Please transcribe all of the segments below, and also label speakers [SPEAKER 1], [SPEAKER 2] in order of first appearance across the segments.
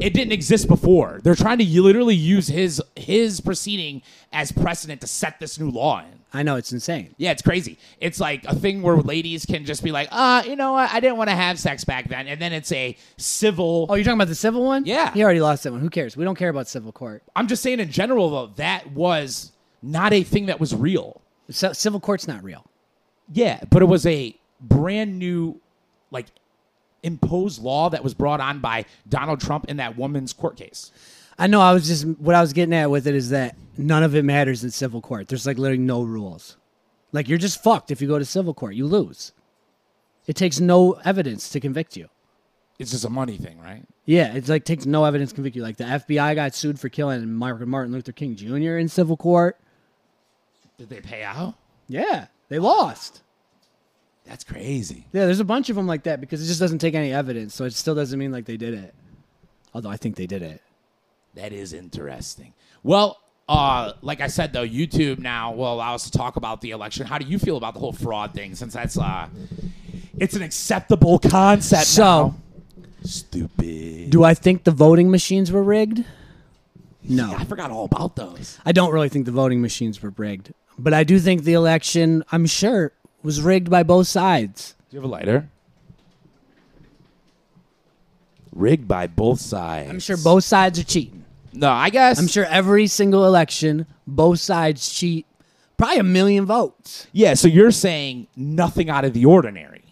[SPEAKER 1] It didn't exist before. They're trying to literally use his his proceeding as precedent to set this new law in.
[SPEAKER 2] I know it's insane.
[SPEAKER 1] Yeah, it's crazy. It's like a thing where ladies can just be like, uh, you know what? I didn't want to have sex back then. And then it's a civil.
[SPEAKER 2] Oh, you're talking about the civil one?
[SPEAKER 1] Yeah.
[SPEAKER 2] You already lost that one. Who cares? We don't care about civil court.
[SPEAKER 1] I'm just saying in general, though, that was not a thing that was real.
[SPEAKER 2] So, civil court's not real.
[SPEAKER 1] Yeah, but it was a brand new, like, imposed law that was brought on by Donald Trump in that woman's court case.
[SPEAKER 2] I know. I was just what I was getting at with it is that none of it matters in civil court. There's like literally no rules. Like you're just fucked if you go to civil court. You lose. It takes no evidence to convict you.
[SPEAKER 1] It's just a money thing, right?
[SPEAKER 2] Yeah, it's like takes no evidence to convict you. Like the FBI got sued for killing Mar- Martin Luther King Jr. in civil court.
[SPEAKER 1] Did they pay out?
[SPEAKER 2] Yeah, they lost.
[SPEAKER 1] That's crazy.
[SPEAKER 2] Yeah, there's a bunch of them like that because it just doesn't take any evidence, so it still doesn't mean like they did it. Although I think they did it.
[SPEAKER 1] That is interesting. Well, uh, like I said though, YouTube now will allow us to talk about the election. How do you feel about the whole fraud thing? Since that's uh, it's an acceptable concept.
[SPEAKER 2] So,
[SPEAKER 1] now. stupid.
[SPEAKER 2] do I think the voting machines were rigged? No.
[SPEAKER 1] I forgot all about those.
[SPEAKER 2] I don't really think the voting machines were rigged, but I do think the election, I'm sure, was rigged by both sides.
[SPEAKER 1] Do you have a lighter? Rigged by both sides.
[SPEAKER 2] I'm sure both sides are cheating.
[SPEAKER 1] No, I guess.
[SPEAKER 2] I'm sure every single election, both sides cheat probably a million votes.
[SPEAKER 1] Yeah, so you're saying nothing out of the ordinary.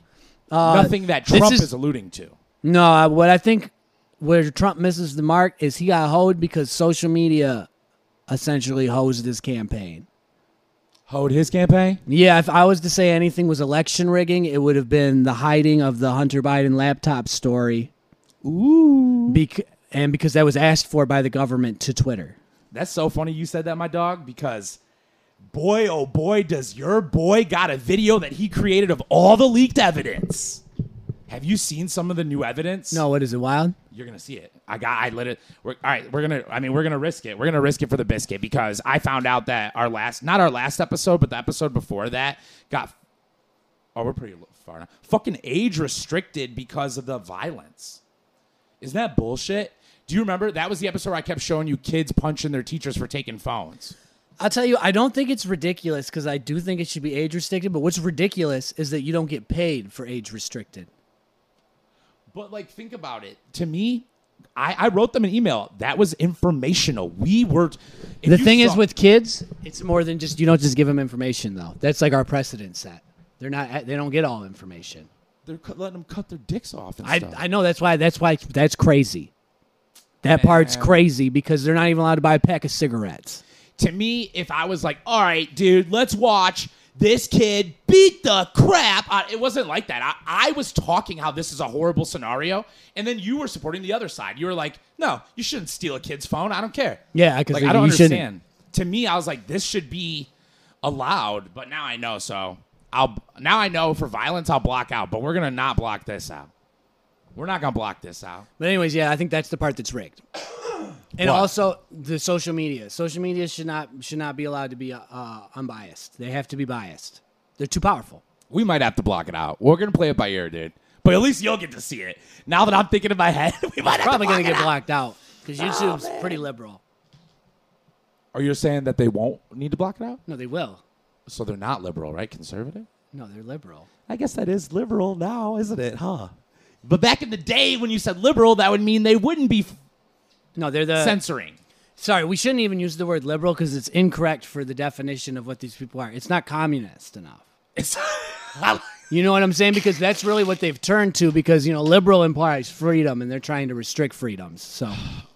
[SPEAKER 1] nothing that
[SPEAKER 2] Uh, this
[SPEAKER 1] Trump
[SPEAKER 2] is-
[SPEAKER 1] is, alluding to.
[SPEAKER 2] No, I- what I think where Trump misses the mark is he got hoed because social media essentially hosed his campaign.
[SPEAKER 1] Hold his campaign?
[SPEAKER 2] Yeah, if I was to say anything was election rigging, it would have been the hiding of the Hunter Biden laptop story. Ooh. Bec- and because that was asked for by the government to Twitter.
[SPEAKER 1] That's so funny you said that, my dog, because boy, oh boy, does your boy got a video that he created of all the leaked evidence. Have you seen some of the new evidence?
[SPEAKER 2] No, what is it, Wild?
[SPEAKER 1] You're gonna see it. I got. I let it. We're, all right, we're gonna. I mean, we're gonna risk it. We're gonna risk it for the biscuit because I found out that our last, not our last episode, but the episode before that got. Oh, we're pretty far now. Fucking age restricted because of the violence. Isn't that bullshit? Do you remember that was the episode where I kept showing you kids punching their teachers for taking phones?
[SPEAKER 2] I'll tell you, I don't think it's ridiculous because I do think it should be age restricted. But what's ridiculous is that you don't get paid for age restricted.
[SPEAKER 1] But like, think about it. To me, I, I wrote them an email. That was informational. We were. if you
[SPEAKER 2] The thing is
[SPEAKER 1] saw-
[SPEAKER 2] with kids, it's more than just you don't just give them information though. That's like our precedent set. They're not. They don't get all information.
[SPEAKER 1] they're cut- letting them cut their dicks off. And
[SPEAKER 2] I,
[SPEAKER 1] stuff.
[SPEAKER 2] I know that's why that's why that's crazy. That part's crazy because they're not even allowed to buy a pack of cigarettes.
[SPEAKER 1] to me, if I was like, all right, dude, let's watch this kid beat the crap out. It wasn't like that. I, I was talking how this is a horrible scenario. And then you were supporting the other side. You were like, no, you shouldn't steal a kid's phone. I don't care.
[SPEAKER 2] Yeah, because
[SPEAKER 1] Like, I don't
[SPEAKER 2] you
[SPEAKER 1] understand.
[SPEAKER 2] shouldn't.
[SPEAKER 1] To me, I was like, this should be allowed. But now I know. So I'll, now I know for violence, I'll block out, but we're going to not block this out. We're not going to block this out.
[SPEAKER 2] But anyways, yeah, I think that's the part that's rigged. And
[SPEAKER 1] What?
[SPEAKER 2] also the social media. Social media should not should not be allowed to be uh, unbiased. They have to be biased. They're too powerful.
[SPEAKER 1] we might have to block it out. We're gonna play it by ear, dude. But at least you'll get to see it. Now that I'm thinking in my head, we might have
[SPEAKER 2] Probably
[SPEAKER 1] to block
[SPEAKER 2] gonna get
[SPEAKER 1] it out.
[SPEAKER 2] blocked out because YouTube's pretty liberal.
[SPEAKER 1] Are you saying that they won't need to block it out?
[SPEAKER 2] No, they will.
[SPEAKER 1] So they're not liberal, right? Conservative?
[SPEAKER 2] No, they're liberal.
[SPEAKER 1] I guess that is liberal now, isn't it? Huh? But back in the day, when you said liberal, that would mean they wouldn't be f-
[SPEAKER 2] No, they're the.
[SPEAKER 1] Uh, censoring.
[SPEAKER 2] Sorry, we shouldn't even use the word liberal because it's incorrect for the definition of what these people are. It's not communist enough.
[SPEAKER 1] It's
[SPEAKER 2] You know what I'm saying? Because that's really what they've turned to. Because you know, liberal implies freedom, and they're trying to restrict freedoms. So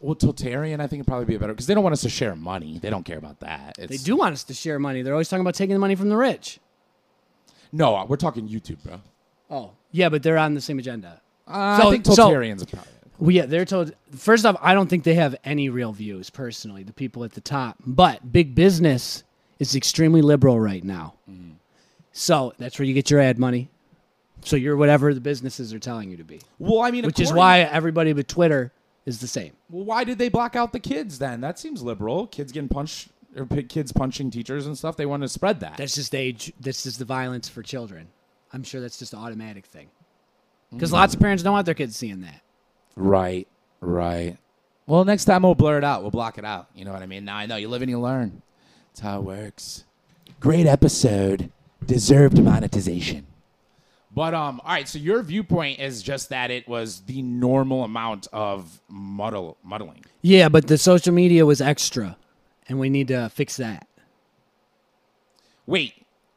[SPEAKER 1] well, totalitarian. I think it'd probably be a better because they don't want us to share money. They don't care about that.
[SPEAKER 2] they do want us to share money. They're always talking about taking the money from the rich.
[SPEAKER 1] No, we're talking YouTube, bro.
[SPEAKER 2] Oh, yeah, but they're on the same agenda.
[SPEAKER 1] Uh, I
[SPEAKER 2] So-
[SPEAKER 1] think
[SPEAKER 2] so-
[SPEAKER 1] totalitarians are probably.
[SPEAKER 2] Well, yeah, they're told. First off, I don't think they have any real views personally, the people at the top. But big business is extremely liberal right now. So that's where you get your ad money. So you're whatever the businesses are telling you to be,
[SPEAKER 1] Well, I mean,
[SPEAKER 2] which is
[SPEAKER 1] according-
[SPEAKER 2] why everybody but Twitter is the same.
[SPEAKER 1] Well, why did they block out the kids then? That seems liberal. Kids getting punched, or p- kids punching teachers and stuff. They want to spread that.
[SPEAKER 2] That's just age. That's just the violence for children. I'm sure that's just an automatic thing. Because lots of parents don't want their kids seeing that.
[SPEAKER 1] right, right. Well, next time we'll blur it out. We'll block it out. You know what I mean? Now I know. You live and you learn. That's how it works. Great episode. Deserved monetization. But um, all right. So your viewpoint is just that it was the normal amount of muddle muddling.
[SPEAKER 2] Yeah, but the social media was extra, and we need to fix that.
[SPEAKER 1] Wait,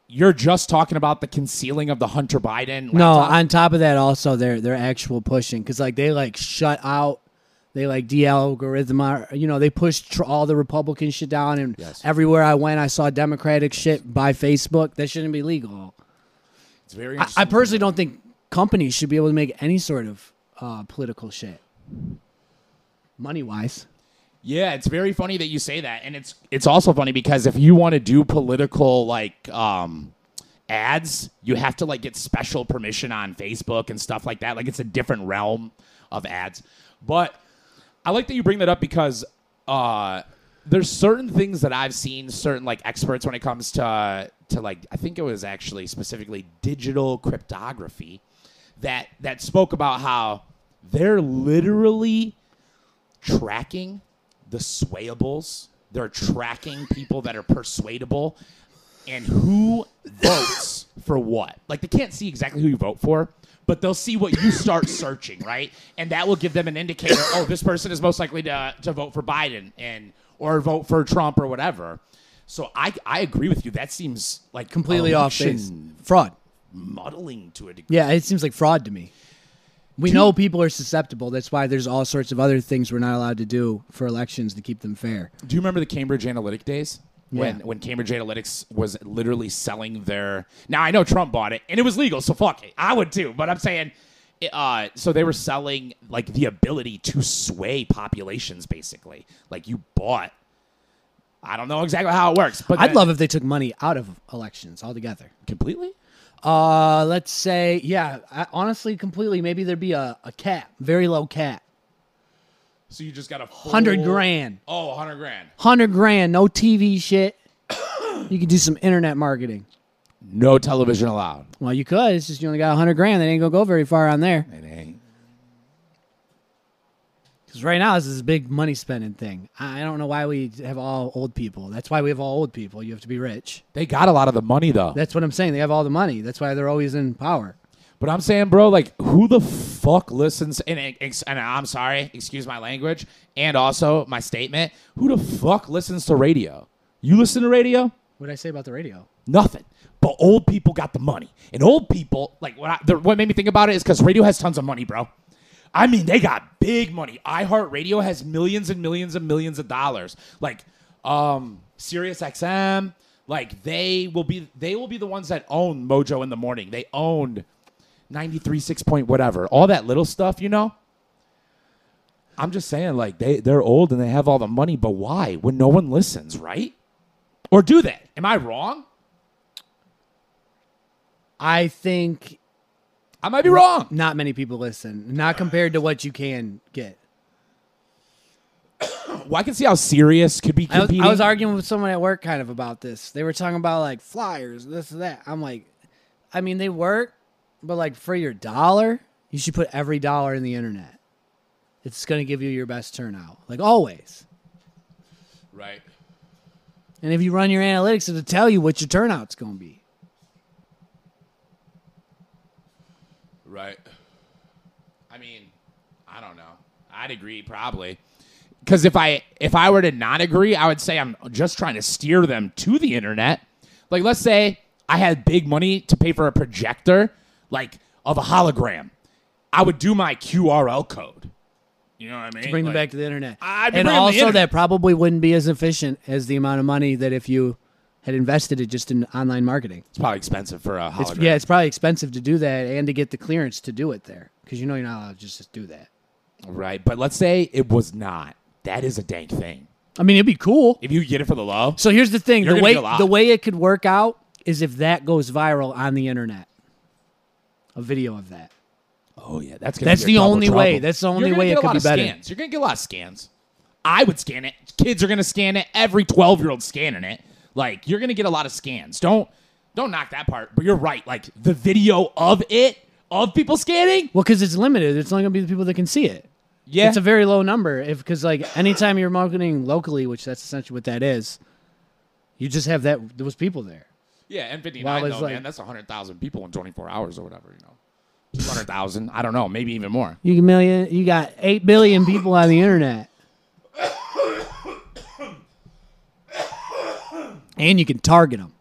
[SPEAKER 1] you're just talking about the concealing of the Hunter Biden? Laptop?
[SPEAKER 2] No, on top of that, also their their actual pushing because like they like shut out, they like de-algorithm, you know, they pushed tr- all the Republican shit down, and
[SPEAKER 1] Yes.
[SPEAKER 2] everywhere I went, I saw Democratic shit by Facebook. That shouldn't be legal.
[SPEAKER 1] It's very.
[SPEAKER 2] I, I personally don't think companies should be able to make any sort of uh, political shit, money wise.
[SPEAKER 1] Yeah, it's very funny that you say that, and it's it's also funny because if you want to do political like um, ads, you have to like get special permission on Facebook and stuff like that. Like it's a different realm of ads. But I like that you bring that up because uh, there's certain things that I've seen certain like experts when it comes to to like I think it was actually specifically digital cryptography that that spoke about how they're literally tracking the swayables. They're tracking people that are persuadable and who votes for what. Like they can't see exactly who you vote for, but they'll see what you start searching, right? And that will give them an indicator, oh, this person is most likely to, to vote for Biden and or vote for Trump or whatever. So I I agree with you. That seems like
[SPEAKER 2] Completely off base.
[SPEAKER 1] election
[SPEAKER 2] Fraud.
[SPEAKER 1] muddling to a degree.
[SPEAKER 2] Yeah, it seems like fraud to me. We know people are susceptible. That's why there's all sorts of other things we're not allowed to do for elections to keep them fair.
[SPEAKER 1] Do you remember the Cambridge Analytic days? When
[SPEAKER 2] Yeah.
[SPEAKER 1] when Cambridge Analytics was literally selling their now I know Trump bought it and it was legal, so fuck it. I would too, but I'm saying it, uh, so they were selling like the ability to sway populations basically. Like you bought I don't know exactly how it works, but
[SPEAKER 2] I'd
[SPEAKER 1] then-
[SPEAKER 2] love if they took money out of elections altogether.
[SPEAKER 1] completely?
[SPEAKER 2] Uh, let's say, yeah, I, honestly, completely. Maybe there'd be a, a cap, very low cap,
[SPEAKER 1] So you just got a full,
[SPEAKER 2] hundred grand,
[SPEAKER 1] Oh, 100 grand.
[SPEAKER 2] hundred grand, no TV shit. you could do some internet marketing.
[SPEAKER 1] No television allowed.
[SPEAKER 2] Well, you could. It's just you only got hundred grand. That ain't gonna go very far on there.
[SPEAKER 1] It ain't.
[SPEAKER 2] Because right now, this is a big money spending thing. I I don't know why we have all old people. That's why we have all old people. You have to be rich.
[SPEAKER 1] They got a lot of the money though.
[SPEAKER 2] That's what I'm saying. They have all the money. That's why they're always in power.
[SPEAKER 1] But I'm saying, bro, like, who the fuck listens? And, ex- and I'm sorry, excuse my language, and also my statement. Who the fuck listens to radio? You listen to radio?
[SPEAKER 2] What did I say about the radio?
[SPEAKER 1] Nothing. But old people got the money, and old people, like, what I, the, what made me think about it is because radio has tons of money, bro. I mean, they got big money. iHeartRadio has millions and millions and millions of dollars. Like, um, SiriusXM, like they will be they will be the ones that own Mojo in the morning. They owned 93 6 point whatever all that little stuff you know i'm just saying like they they're old and they have all the money but why when no one listens right or do they am i wrong
[SPEAKER 2] I think
[SPEAKER 1] i might be wrong
[SPEAKER 2] not many people listen. Not compared to what you can get.
[SPEAKER 1] well i can see how serious could be
[SPEAKER 2] I was,
[SPEAKER 1] competing
[SPEAKER 2] I was arguing with someone at work kind of about this. They were talking about like flyers, this and that. I'm like, I mean, they work, but like for your dollar, you should put every dollar in the internet. It's going to give you your best turnout, like always.
[SPEAKER 1] right
[SPEAKER 2] And if you run your analytics, it'll tell you what your turnout's going to be.
[SPEAKER 1] right i mean i don't know i'd agree probably because if i if i were to not agree i would say i'm just trying to steer them to the internet like let's say i had big money to pay for a projector like of a hologram i would do my qrl code you know what i mean
[SPEAKER 2] Bring
[SPEAKER 1] Like,
[SPEAKER 2] them back to the internet.
[SPEAKER 1] I'd be
[SPEAKER 2] and
[SPEAKER 1] bringing the
[SPEAKER 2] also,
[SPEAKER 1] internet.
[SPEAKER 2] that probably wouldn't be as efficient as the amount of money that if you had invested it just in online marketing.
[SPEAKER 1] it's probably expensive for a hologram
[SPEAKER 2] It's, yeah, it's probably expensive to do that and to get the clearance to do it there because you know you're not allowed to just do that.
[SPEAKER 1] right but let's say it was not that is a dank thing
[SPEAKER 2] I mean, it'd be cool.
[SPEAKER 1] if you get it for the low
[SPEAKER 2] So here's the thing:
[SPEAKER 1] You're
[SPEAKER 2] the
[SPEAKER 1] gonna
[SPEAKER 2] way
[SPEAKER 1] get a lot.
[SPEAKER 2] the way it could work out is if that goes viral on the internet, a video of that.
[SPEAKER 1] Oh yeah, that's gonna
[SPEAKER 2] That's
[SPEAKER 1] be
[SPEAKER 2] the
[SPEAKER 1] your double
[SPEAKER 2] only
[SPEAKER 1] trouble.
[SPEAKER 2] way. That's the only
[SPEAKER 1] You're gonna
[SPEAKER 2] way
[SPEAKER 1] get
[SPEAKER 2] it
[SPEAKER 1] a
[SPEAKER 2] could
[SPEAKER 1] lot
[SPEAKER 2] be
[SPEAKER 1] of
[SPEAKER 2] better.
[SPEAKER 1] Scans. You're gonna get a lot of scans. I would scan it. Kids are gonna scan it. Every twelve year old scanning it. Like you're gonna get a lot of scans. Don't don't knock that part. But you're right. Like the video of it of people scanning.
[SPEAKER 2] Well, because it's limited, it's only gonna be the people that can see it.
[SPEAKER 1] Yeah.
[SPEAKER 2] it's a very low number if because like anytime you're marketing locally, which that's essentially what that is, you just have that those people there.
[SPEAKER 1] Yeah, and 59
[SPEAKER 2] Well, it's
[SPEAKER 1] though,
[SPEAKER 2] like-
[SPEAKER 1] man, that's 100,000 people in 24 hours or whatever, you know. 200,000, I don't know, maybe even more.
[SPEAKER 2] You can million, you got eight billion people on the internet, and you can target them.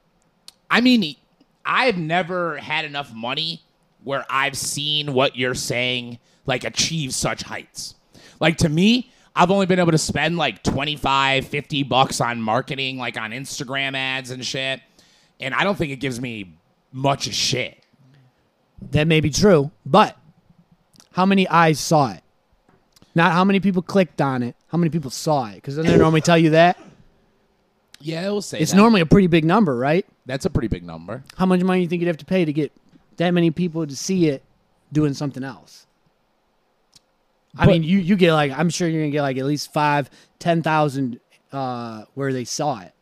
[SPEAKER 1] I mean, I've never had enough money where I've seen what you're saying like achieve such heights. Like to me, I've only been able to spend like 25, 50 bucks on marketing, like on Instagram ads and shit. And I don't think it gives me much of shit.
[SPEAKER 2] That may be true, but how many eyes saw it? Not how many people clicked on it. How many people saw it? Because then they normally tell you that
[SPEAKER 1] Yeah, I will say
[SPEAKER 2] it's
[SPEAKER 1] that.
[SPEAKER 2] normally a pretty big number, right?
[SPEAKER 1] That's a pretty big number.
[SPEAKER 2] How much money you think you'd have to pay to get that many people to see it doing something else? I
[SPEAKER 1] But-
[SPEAKER 2] mean, you you get like I'm sure you're gonna get like at least five, ten thousand uh, where they saw it.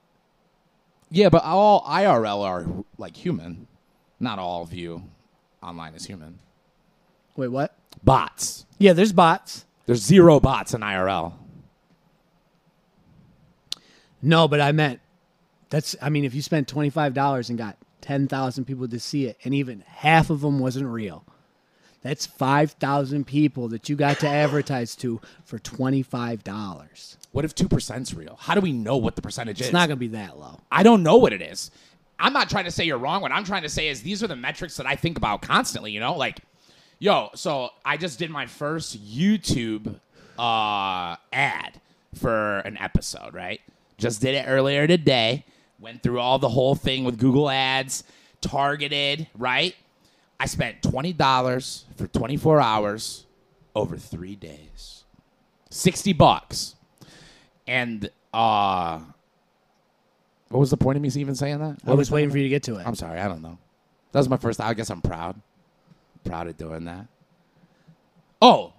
[SPEAKER 1] Yeah, but all IRL are like human. Not all of you online is human.
[SPEAKER 2] Wait, what?
[SPEAKER 1] Bots.
[SPEAKER 2] Yeah, there's bots.
[SPEAKER 1] There's zero bots in IRL.
[SPEAKER 2] No, but I meant that's. I mean, if you spent twenty five dollars and got ten thousand people to see it, and even half of them wasn't real, that's five thousand people that you got to advertise to for twenty five dollars.
[SPEAKER 1] What if 2%'s real? How do we know what the percentage is?
[SPEAKER 2] It's not gonna be that low.
[SPEAKER 1] I don't know what it is. I'm not trying to say you're wrong. What I'm trying to say is these are the metrics that I think about constantly, you know? Like, yo, so I just did my first YouTube uh, ad for an episode, right? Just did it earlier today. Went through all the whole thing with Google Ads, targeted, right? I spent $20 for 24 hours over three days. 60 bucks. And uh what was the point of me even saying that?
[SPEAKER 2] I was waiting for you to get to it.
[SPEAKER 1] I'm sorry, I don't know. That was my first I guess I'm proud. Proud of doing that. Oh.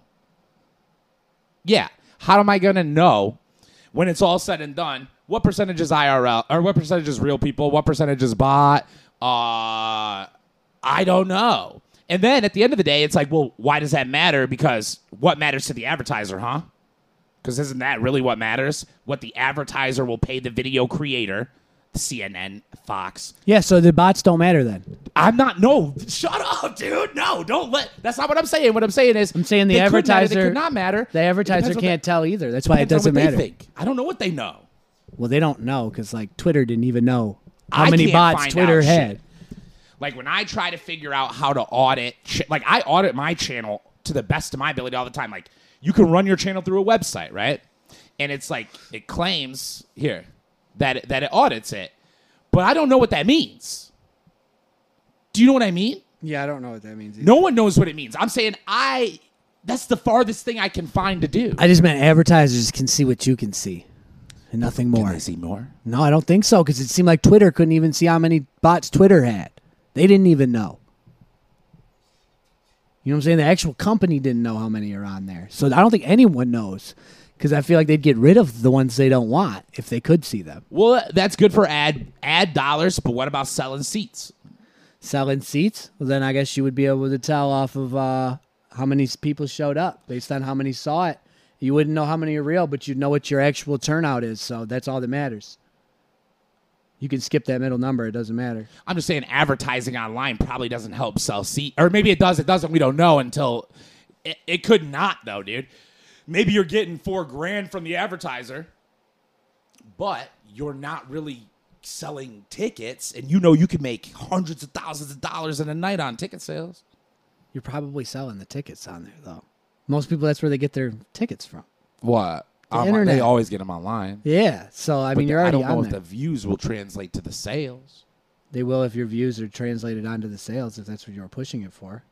[SPEAKER 1] Yeah. How am I gonna know when it's all said and done what percentage is IRL or what percentage is real people, what percentage is bot? Uh I don't know. And then at the end of the day, it's like, well, why does that matter? Because what matters to the advertiser, huh? Because isn't that really what matters? What the advertiser will pay the video creator, CNN, Fox.
[SPEAKER 2] Yeah, so the bots don't matter then.
[SPEAKER 1] I'm not. No, shut up, dude. No, don't let. That's not what I'm saying. What I'm saying is, I'm
[SPEAKER 2] saying the
[SPEAKER 1] Could matter,
[SPEAKER 2] advertiser-
[SPEAKER 1] they could not matter.
[SPEAKER 2] The
[SPEAKER 1] It
[SPEAKER 2] advertiser
[SPEAKER 1] depends what
[SPEAKER 2] can't
[SPEAKER 1] they-
[SPEAKER 2] tell either. That's why it
[SPEAKER 1] depends on
[SPEAKER 2] doesn't
[SPEAKER 1] what
[SPEAKER 2] matter.
[SPEAKER 1] They think. I don't know what they know.
[SPEAKER 2] Well, they don't know because like Twitter didn't even know how
[SPEAKER 1] I
[SPEAKER 2] many
[SPEAKER 1] can't
[SPEAKER 2] bots
[SPEAKER 1] find
[SPEAKER 2] Twitter
[SPEAKER 1] out
[SPEAKER 2] had.
[SPEAKER 1] shit. Like when I try to figure out how to audit, ch- like I audit my channel to the best of my ability all the time. Like you can run your channel through a website, right? And it's like it claims here that it, that it audits it, but I don't know what that means. Do you know what I mean?
[SPEAKER 2] Yeah, I don't know what that means.
[SPEAKER 1] No one knows what it means. I'm saying I. That's the farthest thing I can find to do.
[SPEAKER 2] I just meant advertisers can see what you can see, and nothing more.
[SPEAKER 1] see more.
[SPEAKER 2] No, I don't think so because it seemed like Twitter couldn't even see how many bots Twitter had. They didn't even know. You know what I'm saying? The actual company didn't know how many are on there. So I don't think anyone knows because I feel like they'd get rid of the ones they don't want if they could see them.
[SPEAKER 1] Well, that's good for ad ad dollars, but what about selling seats?
[SPEAKER 2] Selling seats, well, then I guess you would be able to tell off of uh, how many s- people showed up based on how many saw it. You wouldn't know how many are real, but you'd know what your actual turnout is. So that's all that matters. You can skip that middle number, it doesn't matter.
[SPEAKER 1] I'm just saying advertising online probably doesn't help sell seat, or maybe it does. It doesn't. We don't know until it, it could not though, dude. Maybe you're getting four grand from the advertiser, but you're not really selling tickets, and you know you can make hundreds of thousands of dollars in a night on ticket sales.
[SPEAKER 2] You're probably selling the tickets on there though. Most people that's where they get their tickets from.
[SPEAKER 1] What? Online- They
[SPEAKER 2] internet.
[SPEAKER 1] always get them online.
[SPEAKER 2] Yeah. So I mean you're
[SPEAKER 1] I
[SPEAKER 2] already
[SPEAKER 1] don't know
[SPEAKER 2] on
[SPEAKER 1] if
[SPEAKER 2] there.
[SPEAKER 1] the views will translate to the sales.
[SPEAKER 2] They will if your views are translated onto the sales if that's what you're pushing it for.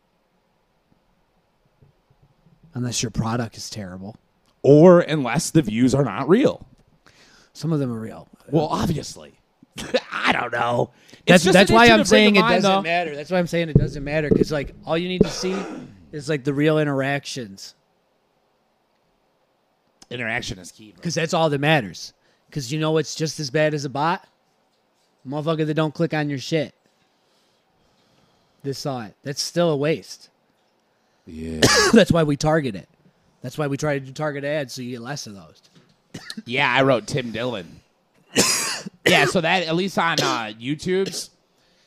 [SPEAKER 2] Unless your product is terrible.
[SPEAKER 1] Or unless the views are not real.
[SPEAKER 2] Some of them are real.
[SPEAKER 1] Well, obviously. I don't know. It's
[SPEAKER 2] That's
[SPEAKER 1] just
[SPEAKER 2] that's
[SPEAKER 1] an
[SPEAKER 2] why
[SPEAKER 1] issue
[SPEAKER 2] I'm
[SPEAKER 1] to bring
[SPEAKER 2] saying
[SPEAKER 1] to
[SPEAKER 2] it
[SPEAKER 1] mind,
[SPEAKER 2] doesn't
[SPEAKER 1] though.
[SPEAKER 2] matter. That's why I'm saying it doesn't matter cuz like all you need to see is like the real interactions.
[SPEAKER 1] Interaction is key. bro.
[SPEAKER 2] Because that's all that matters. Because you know what's just as bad as a bot? Motherfucker that don't click on your shit. This saw it. That's still a waste.
[SPEAKER 1] Yeah.
[SPEAKER 2] that's why we target it. That's why we try to do target ads so you get less of those.
[SPEAKER 1] Yeah, I wrote Tim Dillon. yeah, so that at least on uh, YouTube's,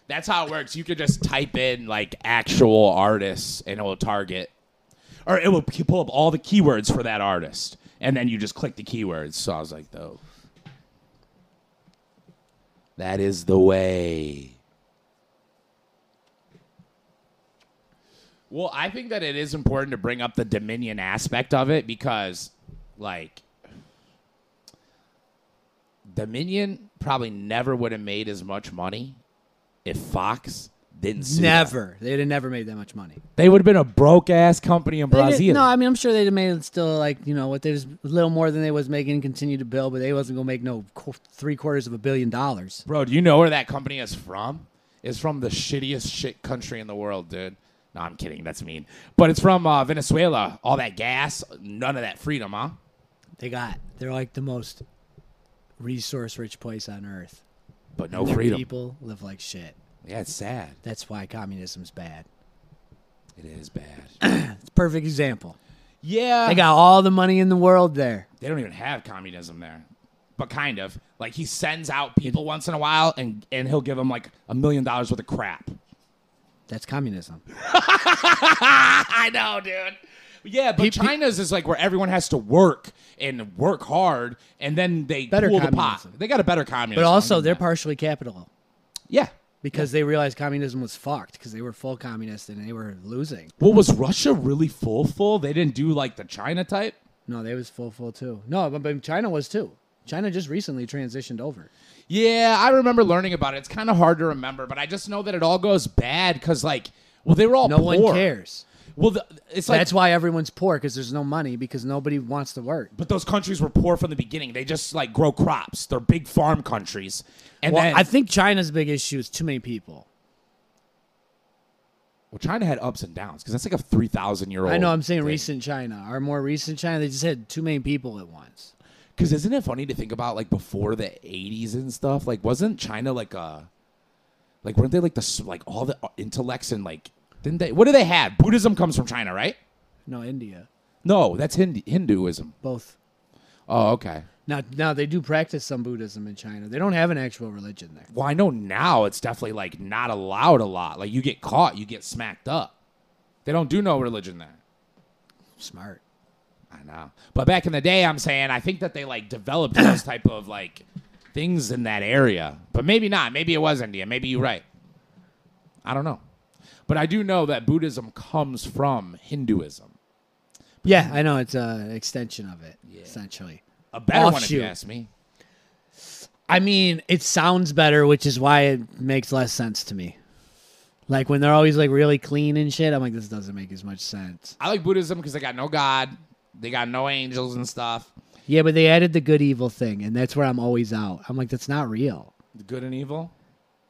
[SPEAKER 1] that's how it works. You could just type in like actual artists, and it will target, or it will p- pull up all the keywords for that artist, and then you just click the keywords. So I was like, though, that is the way. Well, I think that it is important to bring up the Dominion aspect of it because, like, Dominion probably never would have made as much money if Fox didn't sue them.
[SPEAKER 2] Never. They'd have never made that much money.
[SPEAKER 1] They would have been a broke ass company in
[SPEAKER 2] They didn't-
[SPEAKER 1] Brazil.
[SPEAKER 2] No, I mean I'm sure they'd have made it still like you know what they was a little more than they was making and continue to build, but they wasn't gonna make no qu- three quarters of a billion dollars.
[SPEAKER 1] Bro, do you know where that company is from? It's from the shittiest shit country in the world, dude. No, I'm kidding. That's mean. But it's from uh, Venezuela. All that gas, none of that freedom, huh?
[SPEAKER 2] They got they're like the most resource rich place on earth.
[SPEAKER 1] But no
[SPEAKER 2] Their
[SPEAKER 1] freedom.
[SPEAKER 2] People live like shit.
[SPEAKER 1] Yeah, it's sad.
[SPEAKER 2] That's why communism's bad.
[SPEAKER 1] It is bad.
[SPEAKER 2] It's a perfect example.
[SPEAKER 1] yeah.
[SPEAKER 2] They got all the money in the world there.
[SPEAKER 1] they don't even have communism there, but kind of. Like he sends out people once in a while, and and he'll give them like a million dollars worth of crap.
[SPEAKER 2] That's communism.
[SPEAKER 1] I know, dude. Yeah, but China's is like where everyone has to work and work hard, and then they
[SPEAKER 2] Better
[SPEAKER 1] pool the pot.
[SPEAKER 2] communism.
[SPEAKER 1] They got a better communism,
[SPEAKER 2] But also
[SPEAKER 1] than
[SPEAKER 2] they're
[SPEAKER 1] that.
[SPEAKER 2] partially capital
[SPEAKER 1] yeah.
[SPEAKER 2] because they realized communism was fucked because they were full communist and they were losing.
[SPEAKER 1] Well, was Russia really full? Full? They didn't do like the China type.
[SPEAKER 2] No, they was full full too. No, but, but China was too. China just recently transitioned over.
[SPEAKER 1] Yeah, I remember learning about it. It's kind of hard to remember, but I just know that it all goes bad because like, well, they were all
[SPEAKER 2] No
[SPEAKER 1] poor.
[SPEAKER 2] one cares.
[SPEAKER 1] Well, the, it's like
[SPEAKER 2] That's why everyone's poor because there's no money because nobody wants to work.
[SPEAKER 1] But those countries were poor from the beginning. They just like grow crops. They're big farm countries. And
[SPEAKER 2] Well,
[SPEAKER 1] then
[SPEAKER 2] I think China's big issue is too many people.
[SPEAKER 1] well, China had ups and downs because that's like a three thousand year old.
[SPEAKER 2] I know I'm saying
[SPEAKER 1] thing.
[SPEAKER 2] recent China, our more recent China, they just had too many people at once.
[SPEAKER 1] Because isn't it funny to think about like before the eighties and stuff? Like wasn't China like a like weren't they like the s- like all the uh, intellects and like didn't they? What do they have? Buddhism comes from China, right?
[SPEAKER 2] No, India,
[SPEAKER 1] No, that's Hindu- Hinduism.
[SPEAKER 2] both.
[SPEAKER 1] Oh, okay.
[SPEAKER 2] Now, now they do practice some Buddhism in China. They don't have an actual religion there.
[SPEAKER 1] Well, I know now it's definitely like not allowed a lot. Like you get caught, you get smacked up. They don't do no religion there.
[SPEAKER 2] Smart.
[SPEAKER 1] I know. But back in the day, I'm saying I think that they like developed those type of like things in that area. But maybe not. Maybe it was India. Maybe you're right. I don't know. But I do know that Buddhism comes from Hinduism.
[SPEAKER 2] Yeah, I know it's an extension of it, essentially.
[SPEAKER 1] A better one, if you
[SPEAKER 2] Offshoot.
[SPEAKER 1] ask me.
[SPEAKER 2] I mean, it sounds better, which is why it makes less sense to me. Like when they're always like really clean and shit, I'm like, this doesn't make as much sense.
[SPEAKER 1] I like Buddhism because they got no God, they got no angels and stuff.
[SPEAKER 2] Yeah, but they added the good evil thing, and that's where I'm always out. I'm like, that's not real.
[SPEAKER 1] The good and evil.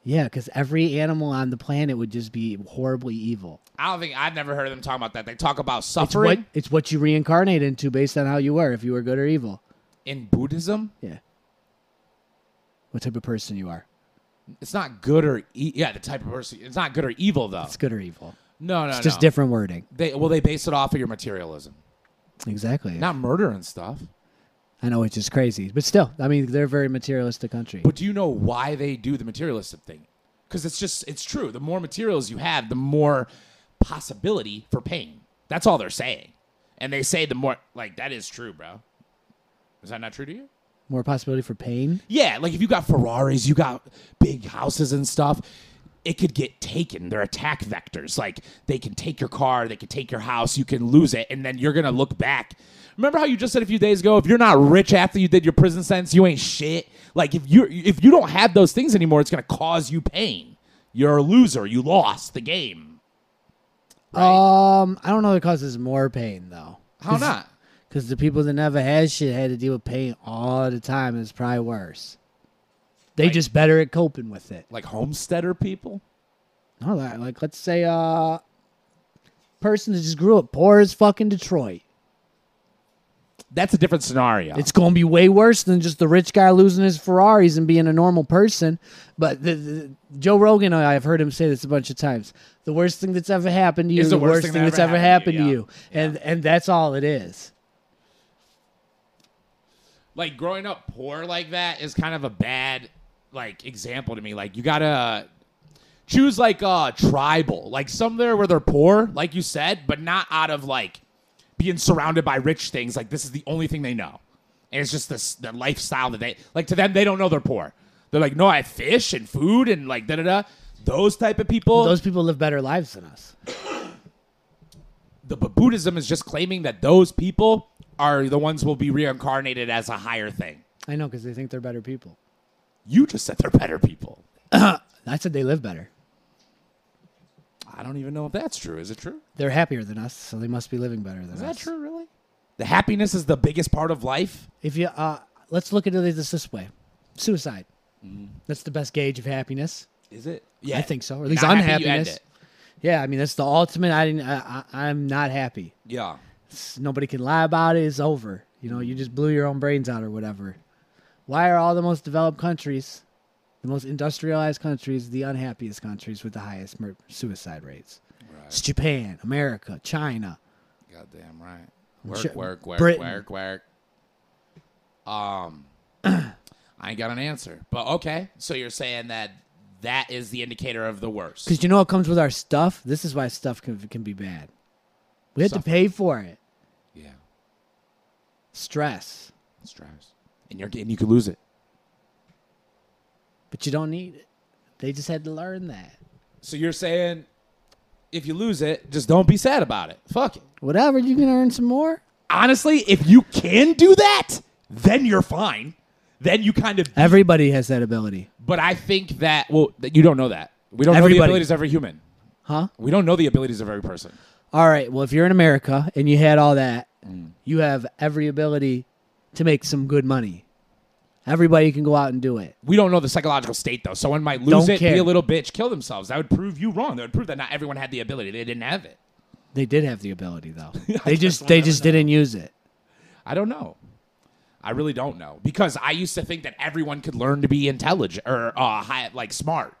[SPEAKER 2] Yeah, because every animal on the planet would just be horribly evil.
[SPEAKER 1] I don't think I've never heard them talk about that. They talk about
[SPEAKER 2] It's what,
[SPEAKER 1] suffering
[SPEAKER 2] it's what you reincarnate into based on how you were, if you were good or evil.
[SPEAKER 1] in Buddhism.
[SPEAKER 2] Yeah. What type of person you are.
[SPEAKER 1] It's not good or e- yeah, the type of person. It's not good or evil though.
[SPEAKER 2] It's good or evil.
[SPEAKER 1] no, no,
[SPEAKER 2] It's just
[SPEAKER 1] no.
[SPEAKER 2] different wording.
[SPEAKER 1] They well, they base it off of your materialism,
[SPEAKER 2] Exactly.
[SPEAKER 1] not murder and stuff.
[SPEAKER 2] I know, which is crazy. But still, I mean, they're a very materialistic country.
[SPEAKER 1] But do you know why they do the materialistic thing? Because it's just it's true. The more materials you have, the more possibility for pain. That's all they're saying, and they say the more like that is true, bro. Is that not true to you?
[SPEAKER 2] More possibility for pain?
[SPEAKER 1] Yeah, like if you got Ferraris, you got big houses and stuff, it could get taken. They're attack vectors. Like they can take your car, they can take your house, you can lose it, and then you're gonna look back. Remember how you just said a few days ago, if you're not rich after you did your prison sentence, you ain't shit. Like if you if you don't have those things anymore, it's gonna cause you pain. You're a loser. You lost the game.
[SPEAKER 2] Um, I don't know if it causes more pain, though.
[SPEAKER 1] How not?
[SPEAKER 2] Because the people that never had shit had to deal with pain all the time, and it's probably worse. They just better at coping with it.
[SPEAKER 1] Like homesteader people?
[SPEAKER 2] No, like, like let's say uh person that just grew up poor as fucking Detroit.
[SPEAKER 1] That's a different scenario.
[SPEAKER 2] It's gonna be way worse than just the rich guy losing his Ferraris and being a normal person. But the, the, Joe Rogan, I- I've heard him say this a bunch of times. The worst thing that's ever happened to you
[SPEAKER 1] Is
[SPEAKER 2] is the worst thing, that's ever happened to you, and and that's all it is.
[SPEAKER 1] like growing up poor like that is kind of a bad like example to me. Like you gotta choose like uh tribal, like somewhere where they're poor, like you said, but not out of like being surrounded by rich things. Like this is the only thing they know, and it's just this the lifestyle that they like. To them, they don't know they're poor. They're like, no, I have fish and food and like da da da. Those type of people.
[SPEAKER 2] Those people live better lives than us.
[SPEAKER 1] the but Buddhism is just claiming that those people are the ones who will be reincarnated as a higher thing.
[SPEAKER 2] I know because they think they're better people.
[SPEAKER 1] You just said they're better people.
[SPEAKER 2] I said they live better.
[SPEAKER 1] I don't even know if that's true. Is it true?
[SPEAKER 2] They're happier than us, so they must be living better than
[SPEAKER 1] Is
[SPEAKER 2] us.
[SPEAKER 1] that true? Really? The happiness is the biggest part of life.
[SPEAKER 2] If you uh, let's look at it this this way, suicide. That's the best gauge of happiness.
[SPEAKER 1] Is it? Mm-hmm. Yeah,
[SPEAKER 2] I think so. Or at least
[SPEAKER 1] Not happy, you end
[SPEAKER 2] unhappiness.
[SPEAKER 1] it.
[SPEAKER 2] Yeah, I mean that's the ultimate. I didn't. I, I, I'm not happy.
[SPEAKER 1] Yeah.
[SPEAKER 2] It's- nobody can lie about it. It's over. You know, you just blew your own brains out or whatever. Why are all the most developed countries, the most industrialized countries, the unhappiest countries with the highest mur- suicide rates? It's Japan, America, China.
[SPEAKER 1] Goddamn right. Work,
[SPEAKER 2] Shit,
[SPEAKER 1] work, work,
[SPEAKER 2] Britain.
[SPEAKER 1] work, work. Um, I ain't got an answer, but okay. So you're saying that that is the indicator of the worst.
[SPEAKER 2] Because you know what comes with our stuff? This is why stuff can, can be bad. We had to
[SPEAKER 1] Suffering.
[SPEAKER 2] pay for it.
[SPEAKER 1] Yeah,
[SPEAKER 2] Stress.
[SPEAKER 1] stress, and you're and you could lose it.
[SPEAKER 2] But you don't need it. They just had to learn that.
[SPEAKER 1] So you're saying if you lose it, just don't be sad about it. Fuck it.
[SPEAKER 2] Whatever, you can earn some more.
[SPEAKER 1] Honestly, if you can do that, then you're fine. Then you kind of
[SPEAKER 2] Everybody has that ability.
[SPEAKER 1] But I think that well, that you don't know that. We don't know the
[SPEAKER 2] Everybody.
[SPEAKER 1] abilities of every human.
[SPEAKER 2] Huh?
[SPEAKER 1] We don't know the abilities of every person.
[SPEAKER 2] All right. Well, if you're in America and you had all that,
[SPEAKER 1] Mm.
[SPEAKER 2] you have every ability to make some good money. Everybody can go out and do it.
[SPEAKER 1] We don't know the psychological state though. Someone might lose
[SPEAKER 2] Don't
[SPEAKER 1] it, be
[SPEAKER 2] care.
[SPEAKER 1] a little bitch, kill themselves. That would prove you wrong. That would prove that not everyone had the ability. They didn't have it.
[SPEAKER 2] They did have the ability though. They just they just didn't use it.
[SPEAKER 1] I don't know. I really don't know because I used to think that everyone could learn to be intelligent or uh, high, like smart,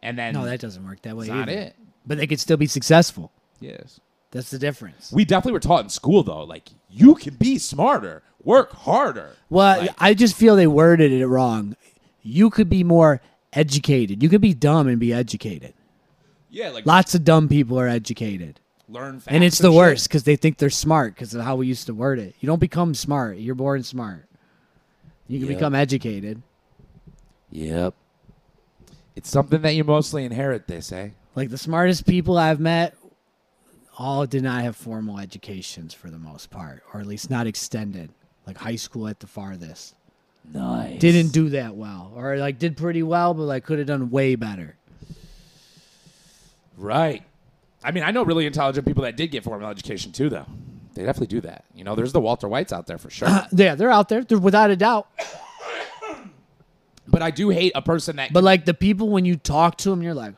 [SPEAKER 1] and then
[SPEAKER 2] No, Oh, that doesn't work that way.
[SPEAKER 1] It's not
[SPEAKER 2] either.
[SPEAKER 1] it.
[SPEAKER 2] But they could still be successful.
[SPEAKER 1] yes.
[SPEAKER 2] That's the difference.
[SPEAKER 1] We definitely were taught in school though, like you can be smarter, work harder.
[SPEAKER 2] Well,
[SPEAKER 1] Like-
[SPEAKER 2] I just feel they worded it wrong. You could be more educated. You could be dumb and be educated.
[SPEAKER 1] yeah, like
[SPEAKER 2] Lots of dumb people are educated.
[SPEAKER 1] learn fast
[SPEAKER 2] And it's the
[SPEAKER 1] shit.
[SPEAKER 2] worst because they think they're smart because of how we used to word it. You don't become smart. You're born smart. You can
[SPEAKER 1] Yep.
[SPEAKER 2] become educated.
[SPEAKER 1] Yep. It's something that you mostly inherit, they say.
[SPEAKER 2] Like the smartest people I've met all did not have formal educations for the most part, or at least not extended, like high school at the farthest.
[SPEAKER 1] Nice.
[SPEAKER 2] Didn't do that well, or like did pretty well, but like could have done way better.
[SPEAKER 1] Right. I mean, I know really intelligent people that did get formal education too, though. They definitely do that. You know, there's the Walter Whites out there for sure.
[SPEAKER 2] Uh, Yeah, they're out there. They're without a doubt.
[SPEAKER 1] but I do hate a person that.
[SPEAKER 2] But like the people, when you talk to them, you're like,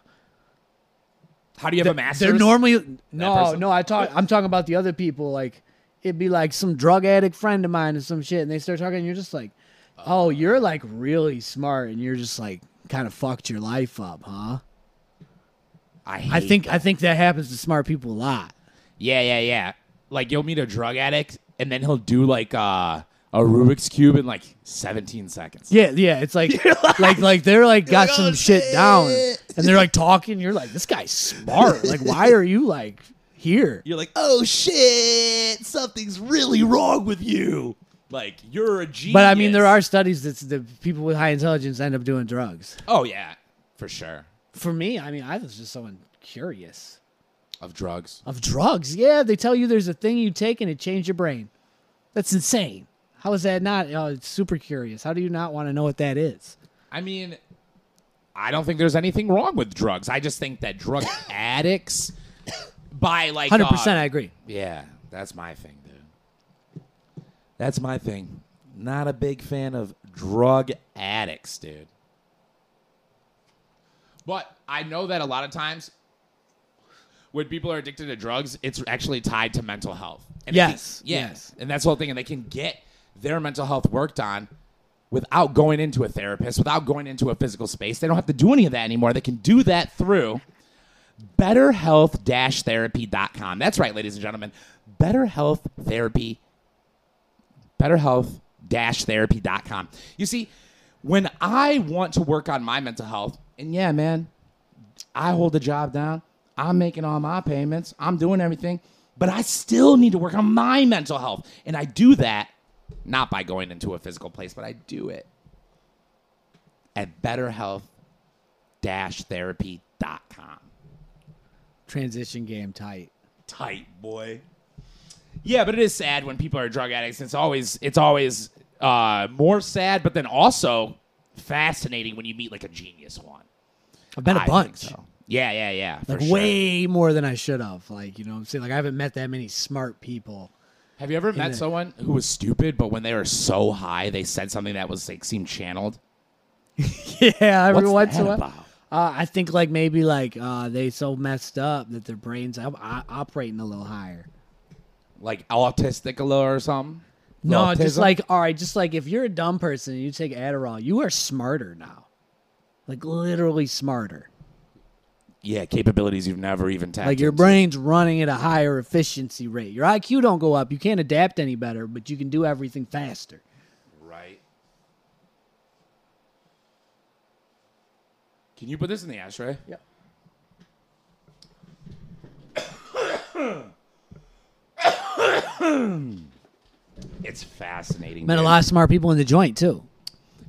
[SPEAKER 1] how do you have a master's?
[SPEAKER 2] They're normally no,
[SPEAKER 1] person?
[SPEAKER 2] no. I talk. I'm talking about the other people. Like it'd be like some drug addict friend of mine or some shit, and they start talking. and You're just like, oh, you're like really smart, and you're just like kind of fucked your life up, huh?
[SPEAKER 1] I, hate
[SPEAKER 2] I think I think that happens to smart people a lot.
[SPEAKER 1] Yeah, yeah, yeah. Like you'll meet a drug addict, and then he'll do like uh, a Rubik's cube in like 17 seconds.
[SPEAKER 2] Yeah, yeah. It's like like like they're like got
[SPEAKER 1] like,
[SPEAKER 2] some
[SPEAKER 1] "Oh,
[SPEAKER 2] shit down,
[SPEAKER 1] shit."
[SPEAKER 2] and they're like talking. You're like, this guy's smart. like, why are you like here?
[SPEAKER 1] You're like, oh shit, something's really wrong with you. Like you're a genius.
[SPEAKER 2] But I mean, there are studies that the people with high intelligence end up doing drugs.
[SPEAKER 1] Oh yeah, for sure.
[SPEAKER 2] For me, I mean, I was just someone curious.
[SPEAKER 1] Of drugs.
[SPEAKER 2] Of drugs. Yeah, they tell you there's a thing you take and it changed your brain. That's insane. How is that not? Oh, it's super curious. How do you not want to know what that is?
[SPEAKER 1] I mean, I don't think there's anything wrong with drugs. I just think that drug addicts by like
[SPEAKER 2] 100%
[SPEAKER 1] uh,
[SPEAKER 2] I agree.
[SPEAKER 1] yeah, that's my thing, dude. That's my thing. Not a big fan of drug addicts, dude. But I know that a lot of times when people are addicted to drugs, it's actually tied to mental health. And it can-
[SPEAKER 2] Yes,
[SPEAKER 1] yeah.
[SPEAKER 2] yes.
[SPEAKER 1] And that's the whole thing. And they can get their mental health worked on without going into a therapist, without going into a physical space. They don't have to do any of that anymore. They can do that through betterhealth-therapy.com. That's right, ladies and gentlemen. Better health therapy. Better health therapy.com. You see, when I want to work on my mental health, and yeah, man, I hold the job down, I'm making all my payments, I'm doing everything, but I still need to work on my mental health. And I do that not by going into a physical place, but I do it at betterhealth-therapy.com
[SPEAKER 2] Transition game tight.
[SPEAKER 1] tight boy yeah but it is sad when people are drug addicts it's always it's always uh, more sad but then also fascinating when you meet like a genius one
[SPEAKER 2] I've met a
[SPEAKER 1] I think
[SPEAKER 2] bunch.
[SPEAKER 1] so. yeah yeah yeah for
[SPEAKER 2] Like
[SPEAKER 1] sure.
[SPEAKER 2] way more than I should have. Like, you know what I'm saying? Like I haven't met that many smart people.
[SPEAKER 1] have you ever met
[SPEAKER 2] the-
[SPEAKER 1] someone who was stupid but when they were so high they said something that was like seemed channeled
[SPEAKER 2] yeah, every
[SPEAKER 1] What's
[SPEAKER 2] once in
[SPEAKER 1] that
[SPEAKER 2] a while.
[SPEAKER 1] about?
[SPEAKER 2] Uh, I think like maybe like uh, they so messed up that their brains op- o- operating a little higher.
[SPEAKER 1] like autistic a little or something
[SPEAKER 2] No,
[SPEAKER 1] Autism?
[SPEAKER 2] just like all right, just like if you're a dumb person and you take Adderall, you are smarter now, like literally smarter.
[SPEAKER 1] yeah capabilities you've never even tapped
[SPEAKER 2] Like your
[SPEAKER 1] into.
[SPEAKER 2] brain's running at a higher efficiency rate. Your IQ don't go up. You can't adapt any better, but you can do everything faster.
[SPEAKER 1] Right. Can you put this in the ashtray?
[SPEAKER 2] Yeah.
[SPEAKER 1] it's fascinating.
[SPEAKER 2] Met a
[SPEAKER 1] dude.
[SPEAKER 2] lot of smart people in the joint too.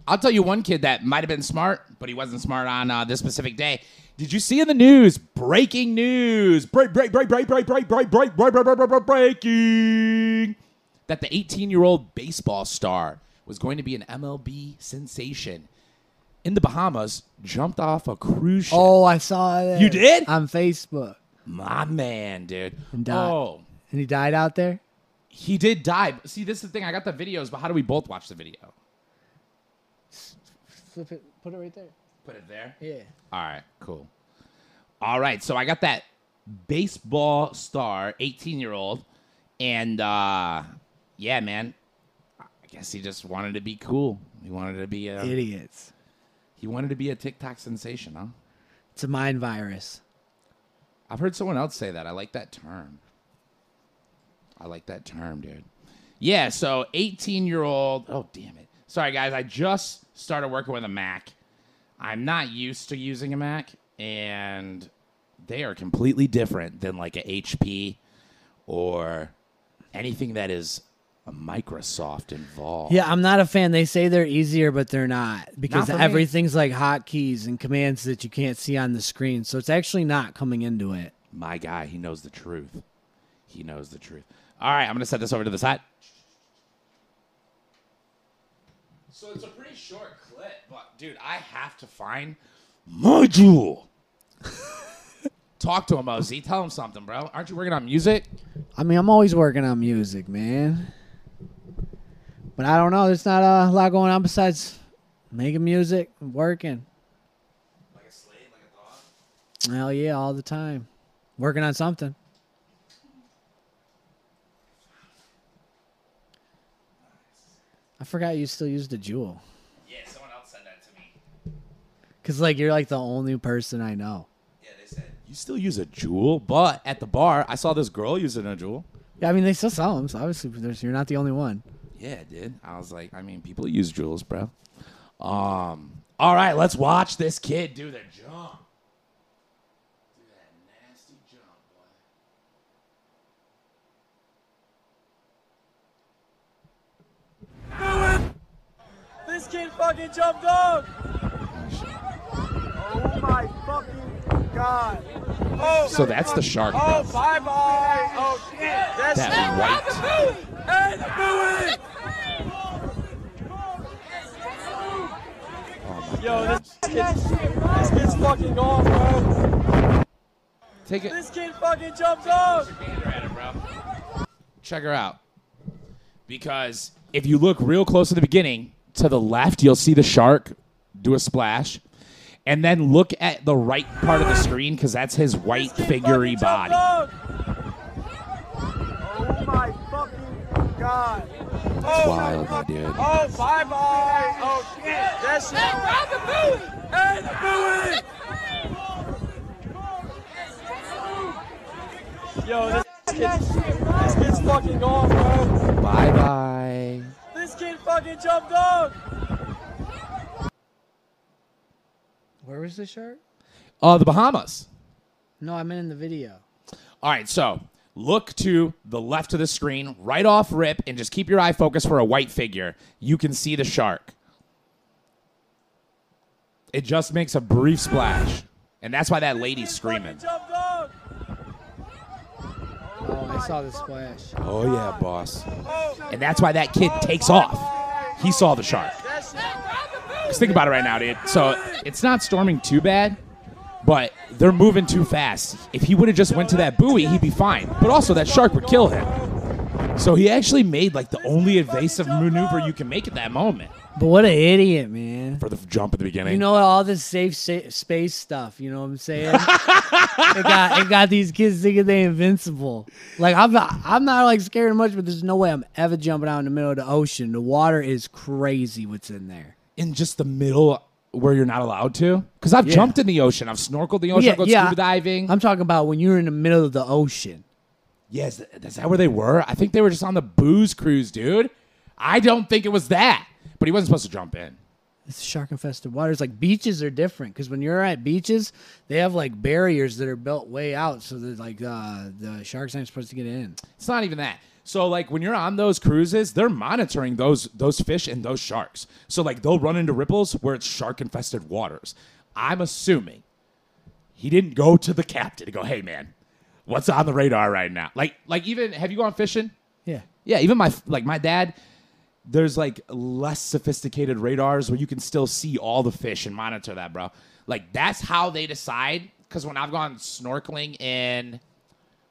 [SPEAKER 1] I'll tell you one kid that might have been smart, but he wasn't smart on uh, this specific day. Did you see in the news? Breaking news! Break, break, break, break, break, break, break, break, break, break, break, break, break, breaking! That the 18-year-old baseball star was going to be an MLB sensation in the Bahamas, jumped off a cruise ship.
[SPEAKER 2] Oh, I saw that.
[SPEAKER 1] You did?
[SPEAKER 2] on Facebook,
[SPEAKER 1] My man, dude.
[SPEAKER 2] died.
[SPEAKER 1] Oh,
[SPEAKER 2] and he died out there.
[SPEAKER 1] he did die. See, this is the thing. I got the videos, but how do we both watch the video?
[SPEAKER 2] Flip it, put it right there.
[SPEAKER 1] Put it there.
[SPEAKER 2] Yeah.
[SPEAKER 1] All right, cool. All right, so I got that baseball star, 18 year old, and uh, yeah, man. I guess he just wanted to be cool. He wanted to be a
[SPEAKER 2] Idiots.
[SPEAKER 1] he wanted to be a TikTok sensation, huh?
[SPEAKER 2] It's a mind virus.
[SPEAKER 1] I've heard someone else say that. I like that term. I like that term, dude. Yeah, so 18 year old. Oh, damn it. Sorry, guys. I just started working with a Mac. I'm not used to using a Mac, and they are completely different than like a HP or anything that is a Microsoft involved.
[SPEAKER 2] Yeah, I'm not a fan. They say they're easier, but they're not because
[SPEAKER 1] for me.
[SPEAKER 2] everything's like hotkeys and commands that you can't see on the screen. So it's actually not coming into it.
[SPEAKER 1] My guy, he knows the truth. He knows the truth. All right, I'm going to set this over to the side. So it's a pretty short clip, but dude, I have to find my jewel. Talk to him, OZ. Tell him something, bro. Aren't you working on music?
[SPEAKER 2] I mean, I'm always working on music, man. But I don't know. There's not a lot going on besides making music, and working.
[SPEAKER 1] Like a slave, like a dog.
[SPEAKER 2] Hell yeah, all the time. Working on something. I forgot you still used a jewel.
[SPEAKER 1] Yeah, someone else said that to me.
[SPEAKER 2] Cause like you're like the only person I know.
[SPEAKER 1] Yeah, they said you still use a jewel, but at the bar, I saw this girl using a jewel.
[SPEAKER 2] Yeah, I mean they still sell them, so obviously there's, you're not the only one.
[SPEAKER 1] Yeah, dude. I was like, I mean, people use jewels, bro. Um, all right, let's watch this kid do the jump. Do that nasty jump, boy.
[SPEAKER 3] This kid fucking jumped off. Oh my fucking god. Oh,
[SPEAKER 1] So that's the shark,
[SPEAKER 3] Oh,
[SPEAKER 1] bro.
[SPEAKER 3] bye bye. Oh shit. That's
[SPEAKER 1] That white.
[SPEAKER 3] Hey,
[SPEAKER 1] Oh my
[SPEAKER 3] Yo,
[SPEAKER 1] God.
[SPEAKER 3] this kid's, this kid's fucking gone, bro.
[SPEAKER 1] Take it.
[SPEAKER 3] This kid fucking jumped off.
[SPEAKER 1] Check her out. Because if you look real close at the beginning, to the left, you'll see the shark do a splash. And then look at the right part of the screen because that's his white
[SPEAKER 3] This kid
[SPEAKER 1] figury
[SPEAKER 3] fucking jumped
[SPEAKER 1] body.
[SPEAKER 3] off. Oh my fucking god. Oh,
[SPEAKER 1] wild,
[SPEAKER 3] my
[SPEAKER 1] my dude.
[SPEAKER 3] Oh, bye bye. Oh shit. That's shit. Hey, the buoy. Yo, this kid, this kid's fucking gone, bro.
[SPEAKER 1] Bye bye.
[SPEAKER 3] This kid fucking. fucking jump dog.
[SPEAKER 2] Where was the shirt?
[SPEAKER 1] Uh, the Bahamas.
[SPEAKER 2] No, I meant in the video.
[SPEAKER 1] All right, so look to the left of the screen, right off rip, and just keep your eye focused for a white figure. You can see the shark. It just makes a brief splash, and that's why that lady's screaming.
[SPEAKER 3] Jump dog.
[SPEAKER 2] Oh, I saw the splash.
[SPEAKER 1] Oh yeah, boss. And that's why that kid takes off. He saw the shark.
[SPEAKER 3] That's it.
[SPEAKER 1] Just think about it right now, dude. So it's not storming too bad, but they're moving too fast. If he would have just went to that buoy, he'd be fine. But also that shark would kill him. So he actually made like the only evasive maneuver you can make at that moment
[SPEAKER 2] But what an idiot, man.
[SPEAKER 1] for the jump at the beginning.
[SPEAKER 2] You know all this safe sa- space stuff. You know what I'm saying? it got it got these kids thinking they invincible. Like I'm not I'm not like scared much, but there's no way I'm ever jumping out in the middle of the ocean. The water is crazy. What's in there?
[SPEAKER 1] in just the middle where you're not allowed to, because I've
[SPEAKER 2] Yeah.
[SPEAKER 1] jumped in the ocean, I've snorkeled the ocean, I've gone scuba diving.
[SPEAKER 2] I'm talking about when you're in the middle of the ocean.
[SPEAKER 1] yes, is that where they were? I think they were just on the booze cruise, dude. I don't think it was that, but he wasn't supposed to jump in.
[SPEAKER 2] It's shark infested waters. Like beaches are different because when you're at beaches, they have like barriers that are built way out so that like uh, the sharks aren't supposed to get in.
[SPEAKER 1] It's not even that. So like when you're on those cruises, they're monitoring those those fish and those sharks. So like they'll run into ripples where it's shark infested waters. I'm assuming he didn't go to the captain to go, "Hey man, what's on the radar right now?" Like like even have you gone fishing?
[SPEAKER 2] Yeah.
[SPEAKER 1] Yeah, even my like my dad. There's like less sophisticated radars where you can still see all the fish and monitor that, bro. Like that's how they decide. Because when I've gone snorkeling in,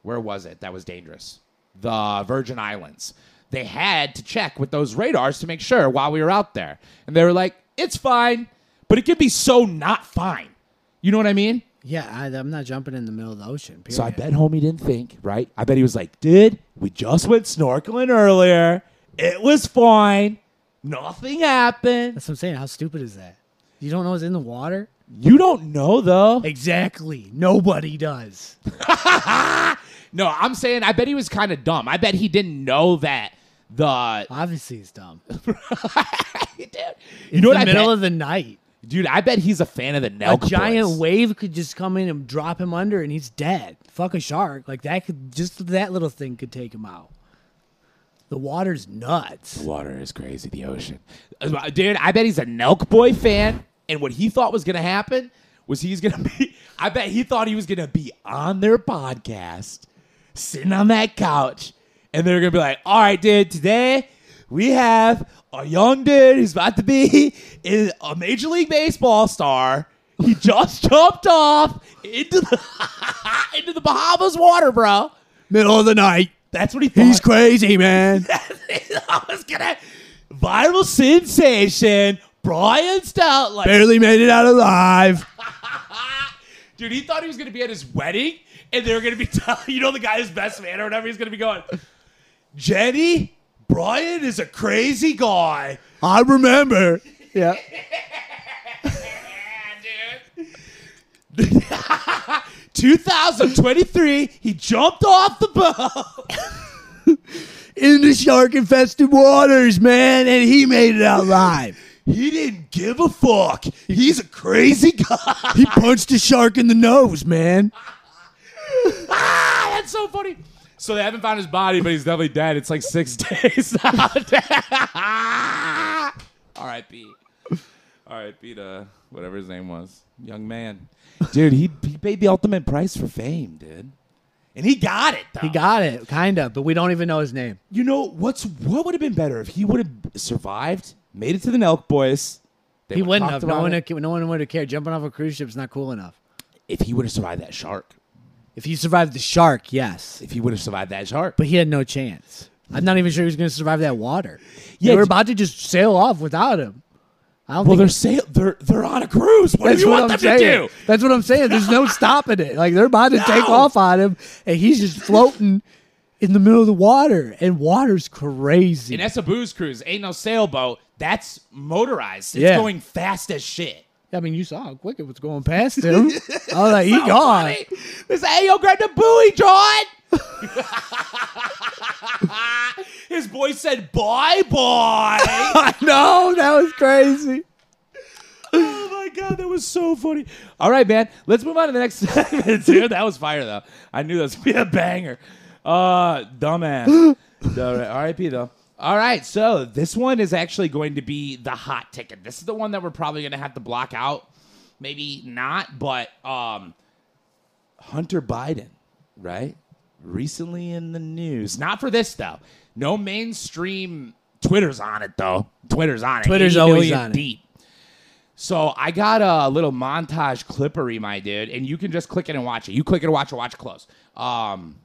[SPEAKER 1] where was it? That was dangerous. The Virgin Islands. They had to check with those radars to make sure while we were out there, and they were like, "It's fine," but it could be so not fine. You know what I mean?
[SPEAKER 2] Yeah, I, I'm not jumping in the middle of the ocean. Period.
[SPEAKER 1] So I bet homie didn't think, right? I bet he was like, dude, we just went snorkeling earlier. It was fine. Nothing happened.
[SPEAKER 2] That's what I'm saying. How stupid is that? You don't know it's in the water?
[SPEAKER 1] You don't know though.
[SPEAKER 2] Exactly. Nobody does.
[SPEAKER 1] No, I'm saying I bet he was kind of dumb. I bet he didn't know that the
[SPEAKER 2] Obviously, it's dumb. It's
[SPEAKER 1] dude, you know what
[SPEAKER 2] the
[SPEAKER 1] I
[SPEAKER 2] middle
[SPEAKER 1] bet?
[SPEAKER 2] of the night.
[SPEAKER 1] dude, I bet he's a fan of the
[SPEAKER 2] A
[SPEAKER 1] Nelk
[SPEAKER 2] giant
[SPEAKER 1] Boys.
[SPEAKER 2] wave could just come in and drop him under, and he's dead. Fuck a shark. Like that could just that little thing could take him out. The water's nuts.
[SPEAKER 1] Water is crazy. The ocean, Uh, dude. I bet he's a Nelk Boy fan, and what he thought was gonna happen was he's gonna be. I bet he thought he was gonna be on their podcast, sitting on that couch, and they're gonna be like, "All right, dude, today we have a young dude who's about to be is a Major League Baseball star. He just jumped off into the into the Bahamas water, bro.
[SPEAKER 2] Middle of the night.
[SPEAKER 1] That's what he thought."
[SPEAKER 2] crazy, man.
[SPEAKER 1] I was gonna viral sensation. Brian Stout, like,
[SPEAKER 2] Barely made it out alive.
[SPEAKER 1] dude, he thought he was gonna be at his wedding, and they were gonna be telling, you know, the guy is best man or whatever. He's gonna be going, Jenny, Brian is a crazy guy.
[SPEAKER 2] I remember. Yeah.
[SPEAKER 1] dude. 2023, he jumped off the boat.
[SPEAKER 2] In the shark infested waters, man, and he made it out alive.
[SPEAKER 1] He didn't give a fuck. He's a crazy guy.
[SPEAKER 2] He punched a shark in the nose, man.
[SPEAKER 1] Ah, that's so funny. So they haven't found his body, but he's definitely dead. It's like six days now. R.I.P. R.I.P. to whatever his name was, young man. Dude, he he paid the ultimate price for fame, dude, and he got it. Though.
[SPEAKER 2] He got it, kind of, but we don't even know his name.
[SPEAKER 1] You know what's what would have been better if he would have survived, made it to the Nelk Boys. They
[SPEAKER 2] He
[SPEAKER 1] would've
[SPEAKER 2] wouldn't
[SPEAKER 1] talked
[SPEAKER 2] have. No
[SPEAKER 1] about
[SPEAKER 2] one,
[SPEAKER 1] it.
[SPEAKER 2] no one would have cared. Jumping off a cruise ship's not cool enough.
[SPEAKER 1] If he would have survived that shark.
[SPEAKER 2] If he survived the shark, yes,
[SPEAKER 1] If he would have survived that shark.
[SPEAKER 2] but he had no chance. I'm not even sure he was going to survive that water.
[SPEAKER 1] Yeah,
[SPEAKER 2] they were
[SPEAKER 1] d-
[SPEAKER 2] about to just sail off without him. I don't
[SPEAKER 1] well, they're
[SPEAKER 2] think
[SPEAKER 1] sail- they're they're on a cruise. What do
[SPEAKER 2] that's
[SPEAKER 1] you
[SPEAKER 2] what
[SPEAKER 1] want
[SPEAKER 2] I'm
[SPEAKER 1] them
[SPEAKER 2] saying.
[SPEAKER 1] to do?
[SPEAKER 2] That's what I'm saying. There's no stopping it. Like they're about to take
[SPEAKER 1] No.
[SPEAKER 2] off on him, and he's just floating in the middle of the water, and water's crazy.
[SPEAKER 1] And that's a booze cruise. Ain't no sailboat. That's motorized. It's
[SPEAKER 2] Yeah.
[SPEAKER 1] going fast as shit.
[SPEAKER 2] I mean, you saw how quick it was going past him. I was like, he gone.
[SPEAKER 1] Funny. They say, hey, yo, grab the buoy, John. His boy said, bye bye.
[SPEAKER 2] I know. was crazy.
[SPEAKER 1] Oh my god, that was so funny. All right, man. Let's move on to the next segment, dude. That was fire though. I knew that was gonna be a banger. Uh dumbass. Dumb- R.I.P. though. All right, so this one is actually going to be the hot ticket. This is the one that we're probably gonna have to block out. Maybe not, but um Hunter Biden, right? Recently in the news. Not for this though. No mainstream Twitter's on it though. Twitter's on it.
[SPEAKER 2] Twitter's
[SPEAKER 1] 80
[SPEAKER 2] always
[SPEAKER 1] million
[SPEAKER 2] on it.
[SPEAKER 1] deep. So I got a little montage clippery, my dude, and you can just click it and watch it. You click it and watch it, watch it close. Um,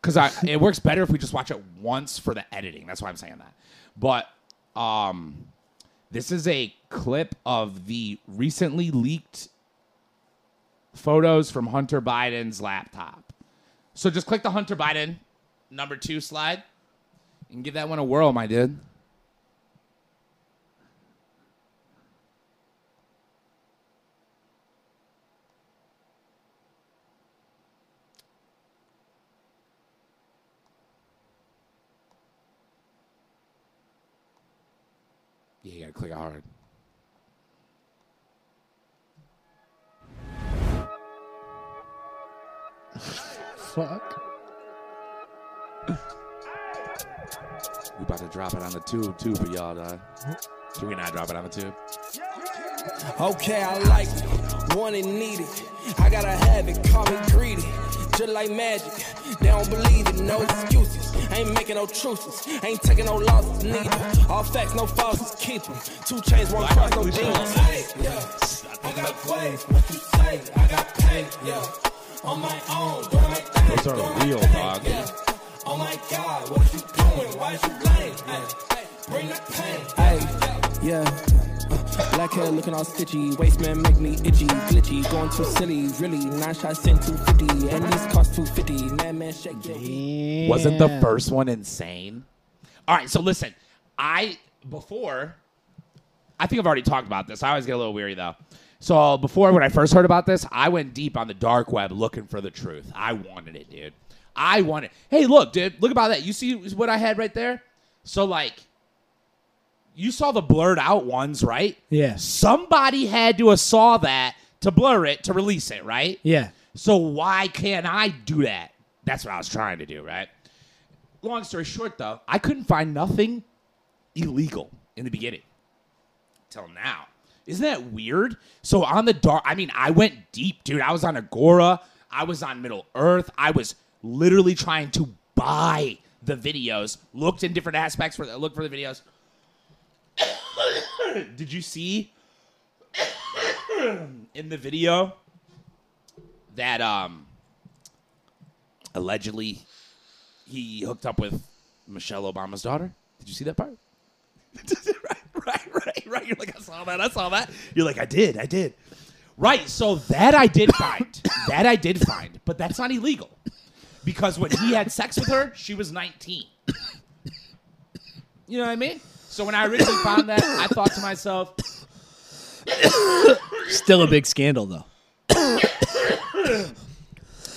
[SPEAKER 1] because I it works better if we just watch it once for the editing. That's why I'm saying that. But um, this is a clip of the recently leaked photos from Hunter Biden's laptop. So just click the Hunter Biden number two slide and give that one a whirl, my dude. Yeah, you gotta click it hard.
[SPEAKER 2] Fuck.
[SPEAKER 1] We about to drop it on the tube too for y'all, dog. Can we not drop it on the tube?
[SPEAKER 4] Okay, I like it, want it, need it. I gotta have it, call me greedy. Just like magic, they don't believe it, no excuses. Ain't making no truces, ain't taking no losses, neither. All facts, no falses, keep 'em. Two chains, one cross, no demons. I got waves, what you say? I got pain, yeah. On my own, doing my thing.
[SPEAKER 1] Those are real, dog.
[SPEAKER 4] Oh my God, what you doing? Why is you lame? Hey, bring the pain. Hey, yeah. Uh, Black hair looking all stitchy, waist man make me itchy, glitchy, going too silly, really. Nine shots sent 250, and these cost 250. Man, man, shake your
[SPEAKER 1] Wasn't the first one insane? All right, so listen, I before I think I've already talked about this. I always get a little weary though. So before when I first heard about this, I went deep on the dark web looking for the truth. I wanted it, dude. I wanted. Hey, look, dude, look about that. You see what I had right there? So like you saw the blurred out ones, right?
[SPEAKER 2] Yeah.
[SPEAKER 1] Somebody had to have saw that to blur it to release it, right?
[SPEAKER 2] Yeah.
[SPEAKER 1] So why can't I do that? That's what I was trying to do, right? Long story short, though, I couldn't find nothing illegal in the beginning till now. Isn't that weird? So on the dark, I mean, I went deep, dude. I was on Agora, I was on Middle Earth, I was literally trying to buy the videos. Looked in different aspects for the, look for the videos. Did you see in the video that um allegedly he hooked up with Michelle Obama's daughter? Did you see that part? right, right, right, right. You're like, I saw that, I saw that. You're like, I did, I did. Right, so that I did find. that I did find, but that's not illegal. Because when he had sex with her, she was 19. You know what I mean? So when I originally found that, I thought to myself,
[SPEAKER 2] Still a big scandal though.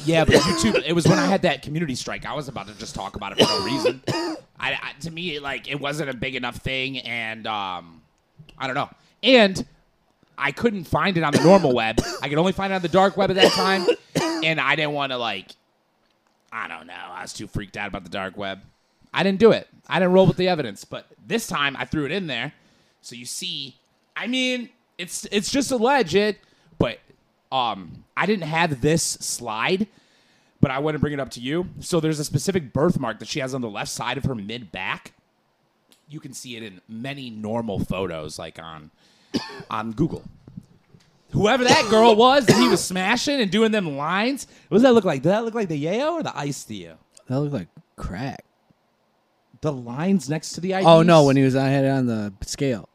[SPEAKER 1] Yeah, but YouTube. It was when I had that community strike. I was about to just talk about it for no reason. I, I to me, like it wasn't a big enough thing, and um, I don't know. And I couldn't find it on the normal web. I could only find it on the dark web at that time, and I didn't want to like. I don't know. I was too freaked out about the dark web. I didn't do it. I didn't roll with the evidence. But this time, I threw it in there. So you see, I mean, it's it's just alleged, but um, I didn't have this slide, but I want to bring it up to you. So there's a specific birthmark that she has on the left side of her mid back. You can see it in many normal photos, like on on Google. Whoever that girl was, that he was smashing and doing them lines. What does that look like? Did that look like the yayo or the ice theo?
[SPEAKER 2] That looked like crack.
[SPEAKER 1] The lines next to the IDs.
[SPEAKER 2] Oh no, when he was I had it on the scale.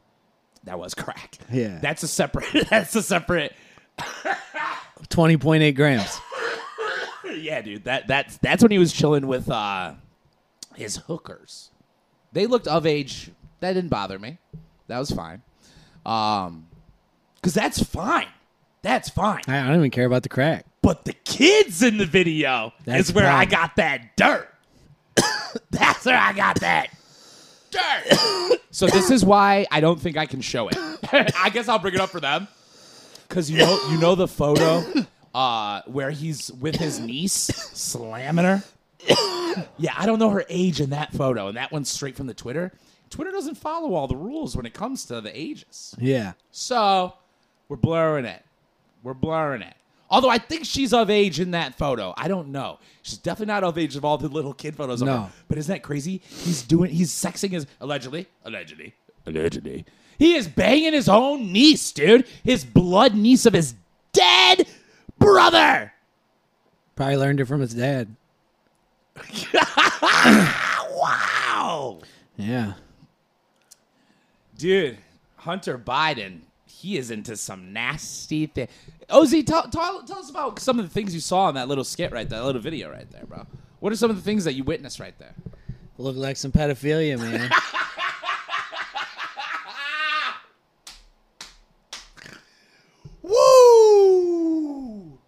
[SPEAKER 1] that was crack.
[SPEAKER 2] Yeah.
[SPEAKER 1] that's a separate. That's a separate.
[SPEAKER 2] Twenty point eight grams.
[SPEAKER 1] Yeah, dude. That that's that's when he was chilling with uh his hookers. They looked of age. That didn't bother me. That was fine. Um, cause that's fine. That's fine.
[SPEAKER 2] I I don't even care about the crack.
[SPEAKER 1] But the kids in the video
[SPEAKER 2] That's
[SPEAKER 1] is where I
[SPEAKER 2] fine.
[SPEAKER 1] got that dirt. that's where I got that day. so this is why I don't think I can show it. I guess I'll bring it up for them because you know you know the photo uh, where he's with his niece slamming her. yeah, I don't know her age in that photo, and that one's straight from the Twitter. Twitter doesn't follow all the rules when it comes to the ages.
[SPEAKER 2] Yeah.
[SPEAKER 1] So we're blurring it. We're blurring it. Although I think she's of age in that photo. I don't know. She's definitely not of age of all the little kid photos of
[SPEAKER 2] No.
[SPEAKER 1] her. But isn't that crazy? He's doing he's sexing his allegedly. Allegedly. Allegedly. He is banging his own niece, dude. His blood niece of his dead brother.
[SPEAKER 2] Probably learned it from his dad.
[SPEAKER 1] Wow.
[SPEAKER 2] Yeah.
[SPEAKER 1] Dude, Hunter Biden, he is into some nasty thing. Ozzy, tell, tell, tell us about some of the things you saw in that little skit right there, that little video right there, bro. What are some of the things that you witnessed right there?
[SPEAKER 2] Look like some pedophilia, man.
[SPEAKER 1] Woo!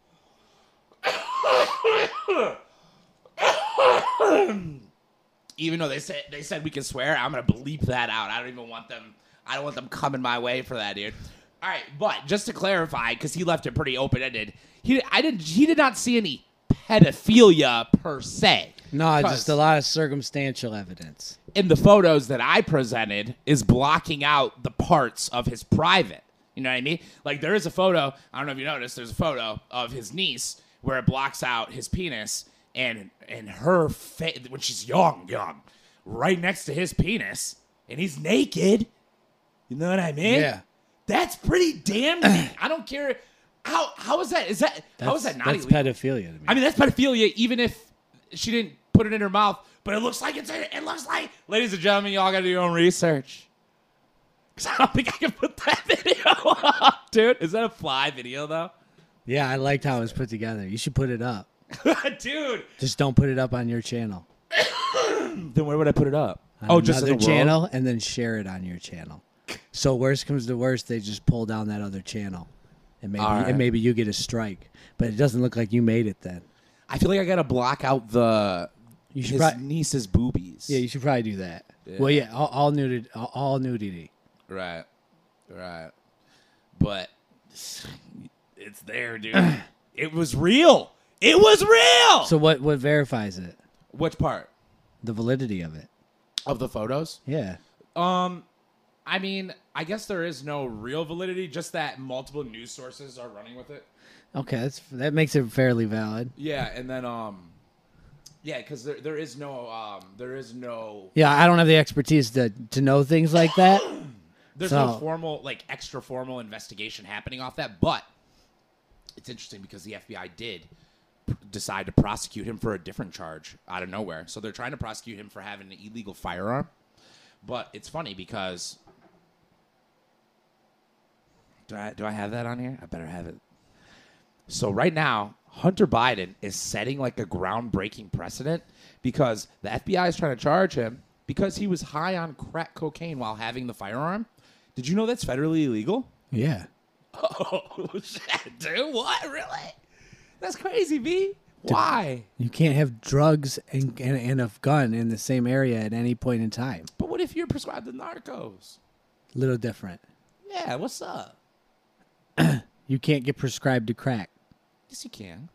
[SPEAKER 1] even though they said they said we can swear, I'm gonna bleep that out. I don't even want them. I don't want them coming my way for that, dude. All right, but just to clarify, because he left it pretty open ended. He, I did, he did not see any pedophilia per se.
[SPEAKER 2] no, it's
[SPEAKER 1] 'Cause-
[SPEAKER 2] just a lot of circumstantial evidence.
[SPEAKER 1] in the photos that I presented is blocking out the parts of his private. You know what I mean? Like there is a photo, I don't know if you noticed, there's a photo of his niece where it blocks out his penis and and her face when she's young, young, right next to his penis and he's naked. You know what I mean?
[SPEAKER 2] Yeah.
[SPEAKER 1] That's pretty damning. I don't care how how is that? Is that how is that not
[SPEAKER 2] That's
[SPEAKER 1] illegal?
[SPEAKER 2] pedophilia to me.
[SPEAKER 1] I mean, that's pedophilia, even if she didn't put it in her mouth. But it looks like it's. It looks like, ladies and gentlemen, y'all got to do your own research. Cause I don't think I can put that video up, dude. Is that a fly video though,
[SPEAKER 2] yeah, I liked how it was put together. You should put it up.
[SPEAKER 1] dude?
[SPEAKER 2] Just don't put it up on your channel.
[SPEAKER 1] Then where would I put it up?
[SPEAKER 2] On
[SPEAKER 1] Oh, just in
[SPEAKER 2] another
[SPEAKER 1] the channel.
[SPEAKER 2] channel, and then share it on your channel. So worst comes to worst, they just pull down that other channel, and maybe
[SPEAKER 1] All right.
[SPEAKER 2] and maybe you get a strike. But it doesn't look like you made it then.
[SPEAKER 1] I feel like I gotta block out the
[SPEAKER 2] You should
[SPEAKER 1] his
[SPEAKER 2] prob-
[SPEAKER 1] niece's boobies.
[SPEAKER 2] Yeah, you should probably do that. Well, yeah, all, all nudity, all, all nudity.
[SPEAKER 1] Right. Right. But it's there, dude. it was real. It was real.
[SPEAKER 2] So what? What verifies it?
[SPEAKER 1] which part
[SPEAKER 2] The validity of it.
[SPEAKER 1] of the photos?
[SPEAKER 2] Yeah.
[SPEAKER 1] I mean, I guess there is no real validity, just that multiple news sources are running with it.
[SPEAKER 2] Okay, that's that makes it fairly valid.
[SPEAKER 1] Yeah, and then um, yeah, because there there is no um there is no
[SPEAKER 2] Yeah, I don't have the expertise to to know things like that.
[SPEAKER 1] there's no
[SPEAKER 2] So-
[SPEAKER 1] formal like extra formal investigation happening off that, but it's interesting because the FBI did p- decide to prosecute him for a different charge out of nowhere. So they're trying to prosecute him for having an illegal firearm, but it's funny because. Do I, do I have that on here? I better have it. So right now, Hunter Biden is setting like a groundbreaking precedent because the FBI is trying to charge him because he was high on crack cocaine while having the firearm. Did you know that's federally illegal?
[SPEAKER 2] Yeah.
[SPEAKER 1] Oh shit, dude! What really? That's crazy, B. Why?
[SPEAKER 2] You can't have drugs and, and, and a gun in the same area at any point in time.
[SPEAKER 1] But what if you're prescribed the narcos?
[SPEAKER 2] Little different.
[SPEAKER 1] Yeah, what's up?
[SPEAKER 2] You can't get prescribed to crack.
[SPEAKER 1] Yes, you can.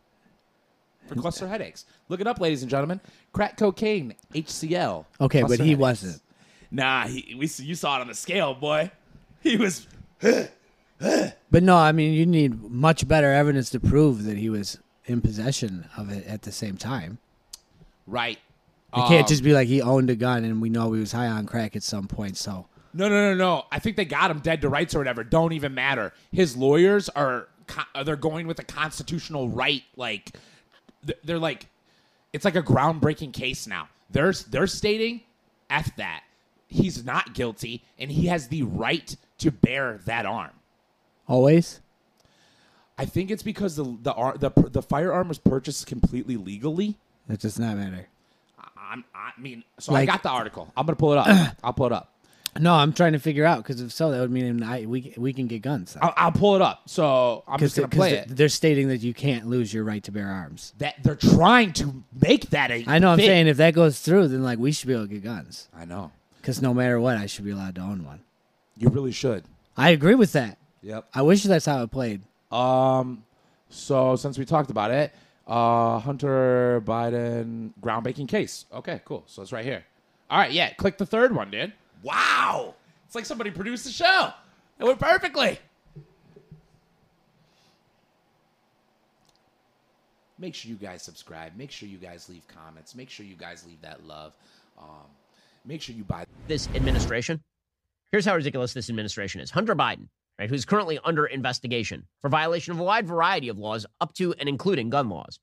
[SPEAKER 1] For cluster headaches. Look it up, ladies and gentlemen. Crack cocaine, HCl.
[SPEAKER 2] Okay, but
[SPEAKER 1] cluster
[SPEAKER 2] he
[SPEAKER 1] headaches.
[SPEAKER 2] wasn't.
[SPEAKER 1] Nah, he, we you saw it on the scale, boy. He was.
[SPEAKER 2] But no, I mean, you need much better evidence to prove that he was in possession of it at the same time.
[SPEAKER 1] Right.
[SPEAKER 2] It can't just
[SPEAKER 1] Um,
[SPEAKER 2] be like he owned a gun and we know he was high on crack at some point. So
[SPEAKER 1] No, no, no, no. I think they got him dead to rights or whatever. Don't even matter. His lawyers are co- uh, they're going with a constitutional right. Like th- they're like, it's like a groundbreaking case now. They're they're stating, f that he's not guilty and he has the right to bear that arm.
[SPEAKER 2] always,
[SPEAKER 1] I think it's because the the ar- the, pr- the firearm was purchased completely legally.
[SPEAKER 2] that does not matter.
[SPEAKER 1] I'm, I mean, so
[SPEAKER 2] Like-
[SPEAKER 1] I got the article. I'm gonna pull it up. I'll pull it up.
[SPEAKER 2] No, I'm trying to figure out because if so, that would mean I, we we can get guns.
[SPEAKER 1] I'll, I'll pull it up. So I'm just
[SPEAKER 2] Because
[SPEAKER 1] gonna play it.
[SPEAKER 2] they're stating that you can't lose your right to bear arms.
[SPEAKER 1] that they're trying to make that a
[SPEAKER 2] I know. I'm
[SPEAKER 1] thing.
[SPEAKER 2] saying if that goes through, then like we should be able to get guns
[SPEAKER 1] I know.
[SPEAKER 2] because no matter what, I should be allowed to own one.
[SPEAKER 1] You really should.
[SPEAKER 2] I agree with that.
[SPEAKER 1] Yep.
[SPEAKER 2] I wish that's how it played.
[SPEAKER 1] Um, so since we talked about it, uh, Hunter Biden groundbreaking case. Okay, cool. So it's right here. All right, yeah. Click the third one, dude. Wow, it's like somebody produced the show. It went perfectly. Make sure you guys subscribe. Make sure you guys leave comments. Make sure you guys leave that love. Um, make sure you buy.
[SPEAKER 5] this administration. Here's how ridiculous this administration is. Hunter Biden, right, who's currently under investigation for violation of a wide variety of laws, up to and including gun laws.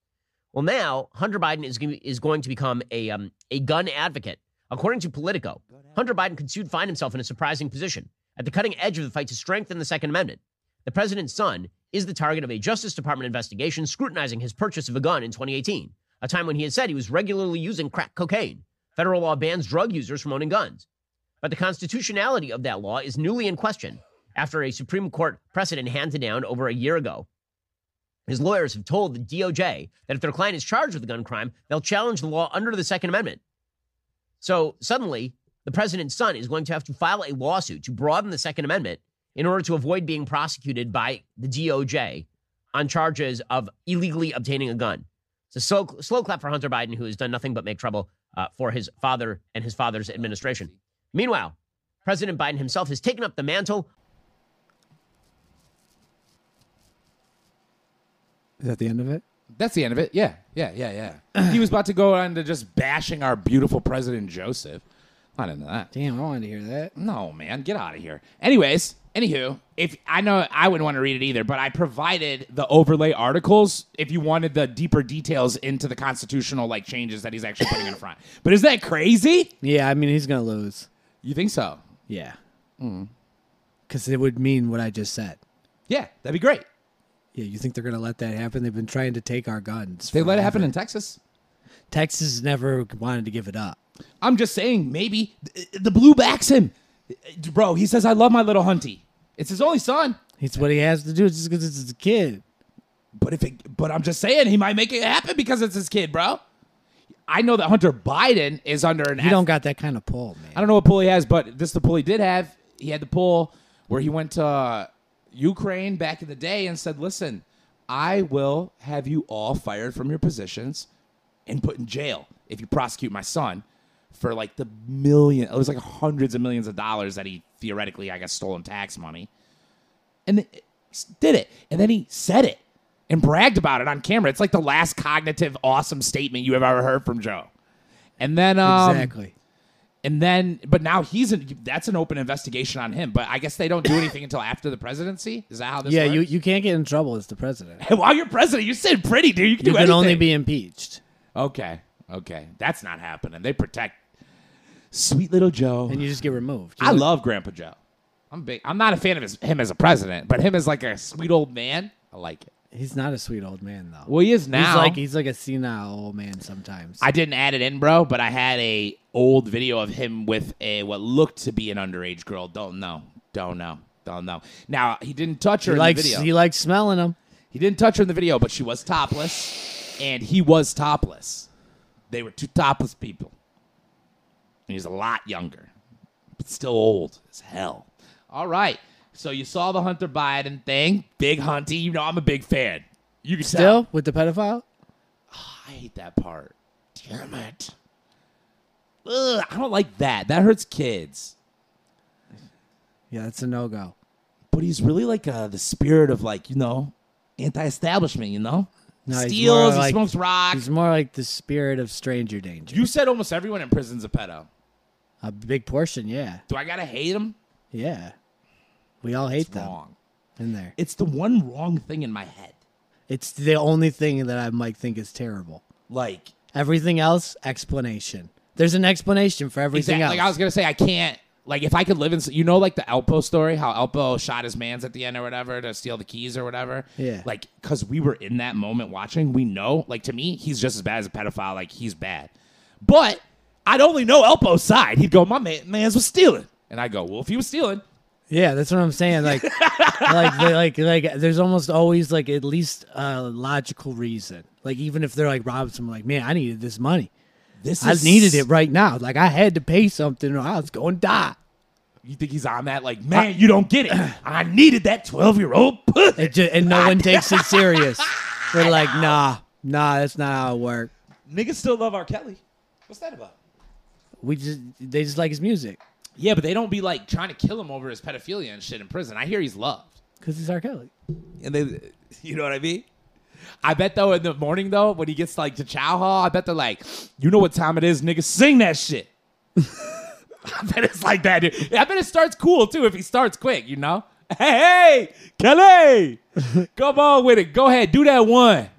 [SPEAKER 5] Well, now Hunter Biden is gonna- is going to become a um, a gun advocate, according to Politico. Hunter Biden could soon find himself in a surprising position at the cutting edge of the fight to strengthen the Second Amendment. The president's son is the target of a Justice Department investigation scrutinizing his purchase of a gun in 2018, a time when he had said he was regularly using crack cocaine. Federal law bans drug users from owning guns but the constitutionality of that law is newly in question after a Supreme Court precedent handed down over a year ago. His lawyers have told the DOJ that if their client is charged with a gun crime, they'll challenge the law under the Second Amendment. So suddenly, the president's son is going to have to file a lawsuit to broaden the Second Amendment in order to avoid being prosecuted by the DOJ on charges of illegally obtaining a gun. It's a slow, slow clap for Hunter Biden, who has done nothing but make trouble uh, for his father and his father's administration. Meanwhile, President Biden himself has taken up the mantle
[SPEAKER 2] Is that the end of it?
[SPEAKER 1] That's the end of it. Yeah, yeah, yeah, yeah. he was about to go on to just bashing our beautiful president Joseph. Not into that.
[SPEAKER 2] Damn, I wanted to hear that.
[SPEAKER 1] No, man, get out of here. Anyways, anywho, if I know I wouldn't want to read it either, but I provided the overlay articles if you wanted the deeper details into the constitutional like changes that he's actually putting in front. But is that crazy?
[SPEAKER 2] Yeah, I mean he's gonna lose.
[SPEAKER 1] You think so?
[SPEAKER 2] Yeah.
[SPEAKER 1] Mm.
[SPEAKER 2] Because it would mean what I just said.
[SPEAKER 1] Yeah, that'd be great.
[SPEAKER 2] Yeah, you think they're gonna let that happen? They've been trying to take our guns.
[SPEAKER 1] They let it
[SPEAKER 2] forever.
[SPEAKER 1] happen in Texas.
[SPEAKER 2] Texas never wanted to give it up.
[SPEAKER 1] I'm just saying, maybe Th- the blue backs him, bro. He says, "I love my little hunty." It's his only son.
[SPEAKER 2] It's what he has to do. It's just because it's his kid.
[SPEAKER 1] But if it, but I'm just saying he might make it happen because it's his kid, bro. I know that Hunter Biden is under an.
[SPEAKER 2] You don't got that kind of pull, man.
[SPEAKER 1] I don't know what pull he has, but this is the pull he did have. He had the pull where he went to uh, Ukraine back in the day and said, "Listen, I will have you all fired from your positions and put in jail if you prosecute my son for like the million. It was like hundreds of millions of dollars that he theoretically, I guess, stole in tax money." and th- did it. And then he said it and bragged about it on camera. It's like the last cognitive awesome statement you have ever heard from Joe. And then um,
[SPEAKER 2] exactly.
[SPEAKER 1] And then, but now he's in, that's an open investigation on him. But I guess they don't do anything until after the presidency. Is that how this?
[SPEAKER 2] Yeah,
[SPEAKER 1] works?
[SPEAKER 2] you, you can't get in trouble as the president.
[SPEAKER 1] Hey, while you're president, you're sitting pretty, dude. You can do
[SPEAKER 2] You can
[SPEAKER 1] anything.
[SPEAKER 2] only be impeached,
[SPEAKER 1] okay, okay. That's not happening. They protect sweet little Joe.
[SPEAKER 2] and you just get removed. You
[SPEAKER 1] I
[SPEAKER 2] look-
[SPEAKER 1] love Grandpa Joe. I'm big. I'm not a fan of his, him as a president, but him as like a sweet old man, I like it.
[SPEAKER 2] He's not a sweet old man though.
[SPEAKER 1] Well, he is now.
[SPEAKER 2] He's like he's like a senile old man sometimes.
[SPEAKER 1] I didn't add it in, bro, but I had a old video of him with a what looked to be an underage girl. Don't know. Don't know. Don't know. Now he didn't touch her
[SPEAKER 2] he
[SPEAKER 1] in
[SPEAKER 2] likes
[SPEAKER 1] the video.
[SPEAKER 2] he likes smelling them.
[SPEAKER 1] He didn't touch her in the video, but she was topless, and he was topless. They were two topless people. And he's a lot younger, but still old as hell. All right. So you saw the Hunter Biden thing, big hunty. You know I'm a big fan. You can tell.
[SPEAKER 2] Still with the pedophile?
[SPEAKER 1] I hate that part. Damn it. Ugh, I don't like that. That hurts kids.
[SPEAKER 2] Yeah, that's a no go.
[SPEAKER 1] But he's really like uh, the spirit of like you know, anti-establishment. You know,
[SPEAKER 2] No, he's more
[SPEAKER 1] steals. He
[SPEAKER 2] like-
[SPEAKER 1] smokes rocks.
[SPEAKER 2] He's more like the spirit of stranger danger.
[SPEAKER 1] You said almost everyone in prison's a pedo.
[SPEAKER 2] A big portion, yeah,
[SPEAKER 1] Do I gotta hate him?
[SPEAKER 2] yeah. We all hate them
[SPEAKER 1] Wrong.
[SPEAKER 2] in there.
[SPEAKER 1] It's the one wrong thing in my head.
[SPEAKER 2] It's the only thing that I might think is terrible.
[SPEAKER 1] Like
[SPEAKER 2] Everything else, explanation. There's an explanation for everything
[SPEAKER 1] Exactly.
[SPEAKER 2] else.
[SPEAKER 1] Like I was gonna say, I can't. Like if I could live in, you know, like the Elpo story, how Elpo shot his man's at the end or whatever to steal the keys or whatever.
[SPEAKER 2] Yeah.
[SPEAKER 1] Like because we were in that moment watching, we know. Like to me, he's just as bad as a pedophile. Like he's bad, but I'd only know Elpo's side. He'd go, "My man, man's was stealing," and I go, "Well, if he was stealing,
[SPEAKER 2] Yeah, that's what I'm saying. Like, like, they- like, like, there's almost always like at least a logical reason. Like, even if they're like robbed someone, like, man, I needed this money.
[SPEAKER 1] This
[SPEAKER 2] I
[SPEAKER 1] is-
[SPEAKER 2] needed it right now. Like I had to pay something, or I was going to die.
[SPEAKER 1] You think he's on that? Like, man, you don't get it. I needed that twelve-year-old pussy.
[SPEAKER 2] And, ju- and no one takes it serious. We're like, nah, nah, that's not how it works.
[SPEAKER 1] Niggas still love R. Kelly. What's that about?
[SPEAKER 2] We just they just like his music
[SPEAKER 1] Yeah, but they don't be like trying to kill him over his pedophilia and shit in prison. I hear he's loved.
[SPEAKER 2] because he's R. Kelly.
[SPEAKER 1] and they, you know what I mean. I bet though in the morning though when he gets like to Chow Hall, I bet they're like, you know what time it is, nigga, sing that shit. I bet it's like that. Dude. I bet it starts cool too if he starts quick, you know. Hey, hey Kelly, come on with it. Go ahead, do that one.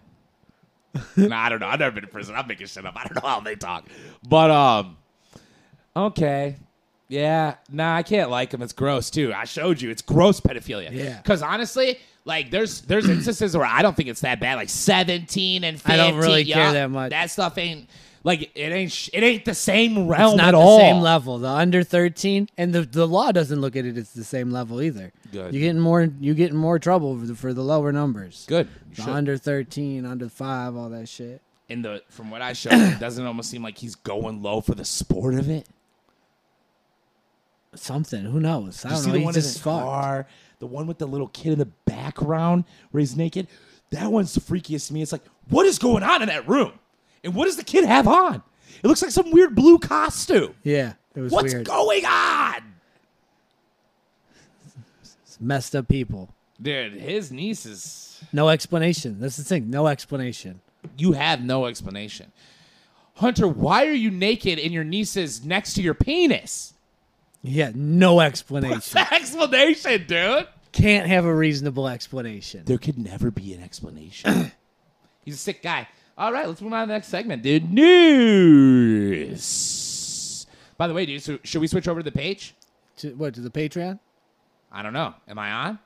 [SPEAKER 1] nah, I don't know. I've never been in prison. I'm making shit up. I don't know how they talk, but um, okay. Yeah, nah, I can't like him. It's gross too. I showed you. It's gross pedophilia.
[SPEAKER 2] Yeah.
[SPEAKER 1] Because honestly, like there's there's instances where I don't think it's that bad. Like 17 and 15.
[SPEAKER 2] I don't really
[SPEAKER 1] yeah,
[SPEAKER 2] care that much.
[SPEAKER 1] That stuff ain't like it ain't sh- it ain't the same realm
[SPEAKER 2] It's
[SPEAKER 1] at
[SPEAKER 2] not the
[SPEAKER 1] all.
[SPEAKER 2] same level. The under thirteen and the, the law doesn't look at it as the same level either.
[SPEAKER 1] Good.
[SPEAKER 2] You're getting more you getting more trouble for the, for the lower numbers.
[SPEAKER 1] Good. You
[SPEAKER 2] The
[SPEAKER 1] should.
[SPEAKER 2] under thirteen, under five, all that shit.
[SPEAKER 1] In the from what I showed, it doesn't almost seem like he's going low for the sport of it.
[SPEAKER 2] Something. Who knows? I
[SPEAKER 1] You
[SPEAKER 2] don't
[SPEAKER 1] see
[SPEAKER 2] know.
[SPEAKER 1] the
[SPEAKER 2] he's
[SPEAKER 1] one in
[SPEAKER 2] just
[SPEAKER 1] the
[SPEAKER 2] fucked.
[SPEAKER 1] car, the one with the little kid in the background where he's naked. That one's the freakiest to me. It's like, what is going on in that room? And what does the kid have on? It looks like some weird blue costume.
[SPEAKER 2] Yeah. It was
[SPEAKER 1] What's
[SPEAKER 2] weird.
[SPEAKER 1] going on?
[SPEAKER 2] It's messed up people.
[SPEAKER 1] Dude, his niece is.
[SPEAKER 2] No explanation. That's the thing. No explanation.
[SPEAKER 1] You have no explanation. Hunter, why are you naked and your niece is next to your penis?
[SPEAKER 2] Yeah, no explanation.
[SPEAKER 1] Explanation, dude.
[SPEAKER 2] Can't have a reasonable explanation.
[SPEAKER 1] There could never be an explanation. He's a sick guy. All right, let's move on to the next segment, dude. News. By the way, dude, so should we switch over to the page?
[SPEAKER 2] To, what to the Patreon?
[SPEAKER 1] I don't know. Am I on?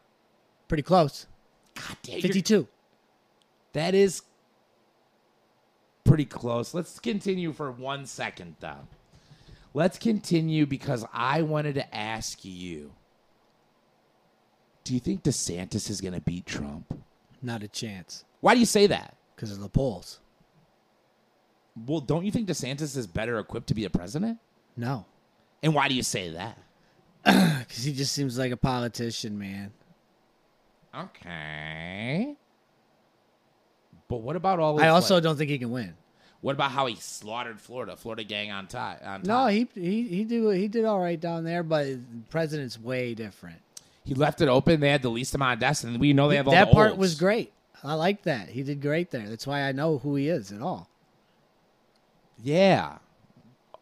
[SPEAKER 2] Pretty close.
[SPEAKER 1] God damn, you're-
[SPEAKER 2] Fifty-two.
[SPEAKER 1] That is pretty close. Let's continue for one second, though. Let's continue because I wanted to ask you Do you think DeSantis is going to beat Trump?
[SPEAKER 2] Not a chance
[SPEAKER 1] Why do you say that?
[SPEAKER 2] because of the polls.
[SPEAKER 1] Well, don't you think DeSantis is better equipped to be a president?
[SPEAKER 2] No,
[SPEAKER 1] And why do you say that?
[SPEAKER 2] because he just seems like a politician, man.
[SPEAKER 1] Okay. But what about all?
[SPEAKER 2] I
[SPEAKER 1] his,
[SPEAKER 2] also
[SPEAKER 1] like-
[SPEAKER 2] don't think he can win.
[SPEAKER 1] What about how he slaughtered Florida? Florida gang on top. On
[SPEAKER 2] No,
[SPEAKER 1] top.
[SPEAKER 2] he he he did he did all right down there, but the president's way different.
[SPEAKER 1] he left it open. They had the least amount of deaths, and we know they have all
[SPEAKER 2] that
[SPEAKER 1] the
[SPEAKER 2] part
[SPEAKER 1] olds.
[SPEAKER 2] was great. I like that. He did great there. That's why I know who he is at all.
[SPEAKER 1] Yeah.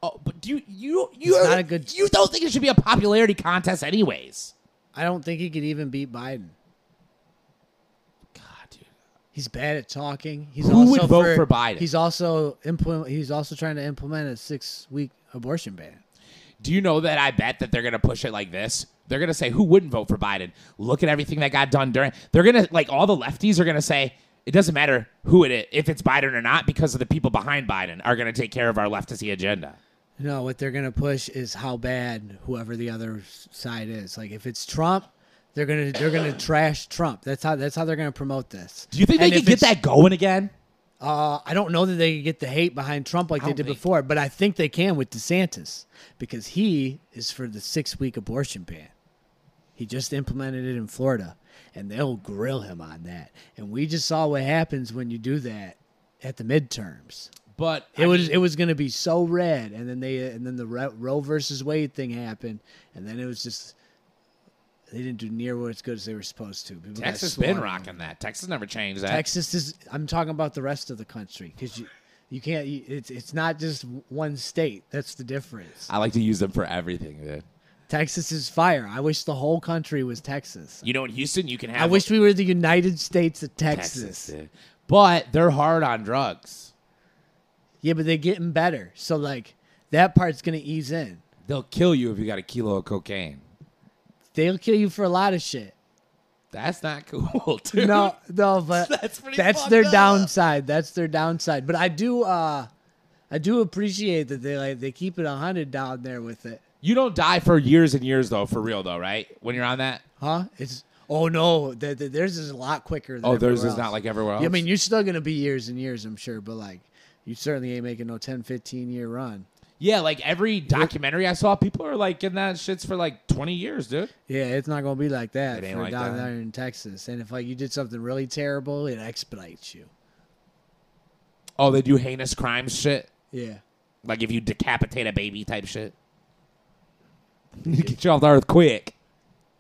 [SPEAKER 1] Oh, but do you you you
[SPEAKER 2] It's not a good-
[SPEAKER 1] you don't think it should be a popularity contest, anyways?
[SPEAKER 2] I don't think he could even beat Biden.
[SPEAKER 1] God, dude.
[SPEAKER 2] He's bad at talking. He's
[SPEAKER 1] Who
[SPEAKER 2] also
[SPEAKER 1] would vote for Biden?
[SPEAKER 2] He's also implement. He's also trying to implement a six-week abortion ban.
[SPEAKER 1] Do you know that I bet that they're gonna push it like this? They're gonna say, "Who wouldn't vote for Biden? Look at everything that got done during." They're gonna like all the lefties are gonna say, "It doesn't matter who it is, if it's Biden or not, because of the people behind Biden are gonna take care of our lefty agenda."
[SPEAKER 2] No, what they're gonna push is how bad whoever the other s- side is. Like if it's Trump, they're gonna they're gonna trash Trump. That's how that's how they're gonna promote this.
[SPEAKER 1] Do you think
[SPEAKER 2] And
[SPEAKER 1] they
[SPEAKER 2] if
[SPEAKER 1] could get
[SPEAKER 2] it's-
[SPEAKER 1] that going again?
[SPEAKER 2] Uh, I don't know that they can get the hate behind Trump like
[SPEAKER 1] I
[SPEAKER 2] they
[SPEAKER 1] don't
[SPEAKER 2] did
[SPEAKER 1] think-
[SPEAKER 2] before, but I think they can with DeSantis because he is for the six-week abortion ban. He just implemented it in Florida, and they'll grill him on that. And we just saw what happens when you do that at the midterms.
[SPEAKER 1] But
[SPEAKER 2] It was it was gonna be so red, and then they and then the Ro- Roe versus Wade thing happened, and then it was just they didn't do near what as good as they were supposed to. People got
[SPEAKER 1] Texas been
[SPEAKER 2] slaughtered.
[SPEAKER 1] rocking that. Texas never changed that.
[SPEAKER 2] Texas is. I'm talking about the rest of the country because you you can't. You, it's it's not just one state. That's the difference.
[SPEAKER 1] I like to use them for everything, dude.
[SPEAKER 2] Texas is fire. I wish the whole country was Texas.
[SPEAKER 1] You know, in Houston, you can have.
[SPEAKER 2] I wish we were the United States of Texas.
[SPEAKER 1] dude. But they're hard on drugs.
[SPEAKER 2] Yeah, but they're getting better. So like that part's gonna ease in.
[SPEAKER 1] They'll kill you if you got a kilo of cocaine.
[SPEAKER 2] They'll kill you for a lot of shit.
[SPEAKER 1] That's not cool, dude.
[SPEAKER 2] No, no, but
[SPEAKER 1] That's
[SPEAKER 2] that's,
[SPEAKER 1] pretty fucked
[SPEAKER 2] their
[SPEAKER 1] up.
[SPEAKER 2] downside. That's their downside. But I do, uh I do appreciate that they like they keep it hundred down there with it,
[SPEAKER 1] You don't die for years and years though, for real though, right? When you're on that,
[SPEAKER 2] huh? It's oh no, the, the, theirs is a lot quicker. Than
[SPEAKER 1] Oh, theirs
[SPEAKER 2] everywhere
[SPEAKER 1] is not
[SPEAKER 2] else.
[SPEAKER 1] like everywhere
[SPEAKER 2] I
[SPEAKER 1] else?
[SPEAKER 2] mean, you're still gonna be years and years, I'm sure, but like you certainly ain't making no 10, 15 year run.
[SPEAKER 1] Yeah, like every documentary I saw, people are like in that shits for like 20 years, dude.
[SPEAKER 2] Yeah, it's not gonna be like that
[SPEAKER 1] It ain't
[SPEAKER 2] for
[SPEAKER 1] like
[SPEAKER 2] a down
[SPEAKER 1] that.
[SPEAKER 2] there in Texas. And if like you did something really terrible, it expedites you.
[SPEAKER 1] Oh, they do heinous crime shit.
[SPEAKER 2] Yeah.
[SPEAKER 1] Like if you decapitate a baby type shit. Get you off the earth quick.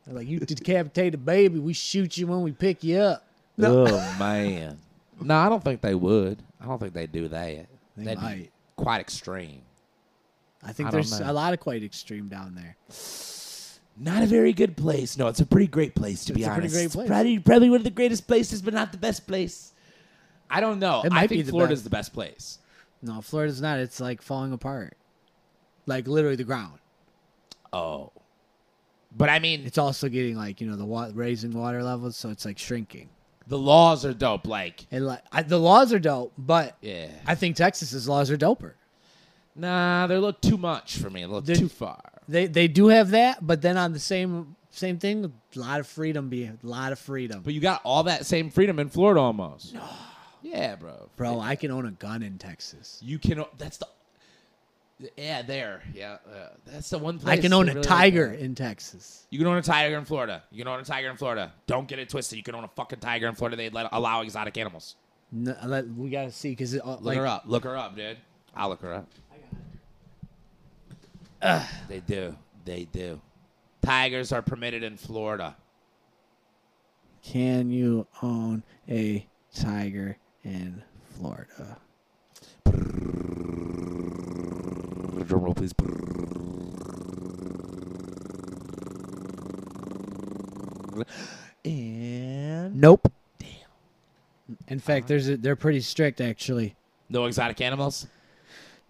[SPEAKER 2] They're Like you decapitate a baby, we shoot you when we pick you up.
[SPEAKER 1] Oh man. No, I don't think they would. I don't think they do that.
[SPEAKER 2] They
[SPEAKER 1] That'd be
[SPEAKER 2] might.
[SPEAKER 1] quite extreme.
[SPEAKER 2] I think
[SPEAKER 1] I don't
[SPEAKER 2] there's
[SPEAKER 1] know.
[SPEAKER 2] a lot of quite extreme down there.
[SPEAKER 1] Not a very good place. No, it's a pretty great place to be
[SPEAKER 2] It's a pretty
[SPEAKER 1] honest.
[SPEAKER 2] great
[SPEAKER 1] It's
[SPEAKER 2] place.
[SPEAKER 1] Probably, probably one of the greatest places, but not the best place. I don't know.
[SPEAKER 2] It
[SPEAKER 1] I
[SPEAKER 2] might
[SPEAKER 1] think
[SPEAKER 2] be the
[SPEAKER 1] Florida's
[SPEAKER 2] best.
[SPEAKER 1] the best place.
[SPEAKER 2] No, Florida's not. It's like falling apart. Like literally the ground.
[SPEAKER 1] Oh. But I mean,
[SPEAKER 2] It's also getting like, you know, the wa- raising water levels, so it's like shrinking.
[SPEAKER 1] the laws are dope. Like,
[SPEAKER 2] And like I, the laws are dope, but
[SPEAKER 1] yeah.
[SPEAKER 2] I think Texas's laws are doper.
[SPEAKER 1] Nah, they're a little too much for me. A little
[SPEAKER 2] They're-
[SPEAKER 1] too far.
[SPEAKER 2] They they do have that, but then on the same same thing, a lot of freedom being a lot of freedom.
[SPEAKER 1] But you got all that same freedom in Florida almost. Yeah, bro.
[SPEAKER 2] Bro, I can own a gun in Texas.
[SPEAKER 1] You can. That's the. Yeah, there. Yeah, yeah. that's the one place.
[SPEAKER 2] I can own
[SPEAKER 1] they
[SPEAKER 2] a
[SPEAKER 1] really like
[SPEAKER 2] tiger
[SPEAKER 1] that.
[SPEAKER 2] in Texas.
[SPEAKER 1] You can own a tiger in Florida. You can own a tiger in Florida. Don't get it twisted. You can own a fucking tiger in Florida. They let allow exotic animals.
[SPEAKER 2] No, let- we gotta see uh, because
[SPEAKER 1] Look her up. Look her up, dude. I'll look her up. They do. They do. Tigers are permitted in Florida.
[SPEAKER 2] Can you own a tiger in Florida?
[SPEAKER 1] Drum roll, please. And
[SPEAKER 2] Nope. Uh-huh. Damn. In fact, there's a, they're pretty strict actually.
[SPEAKER 1] no exotic animals.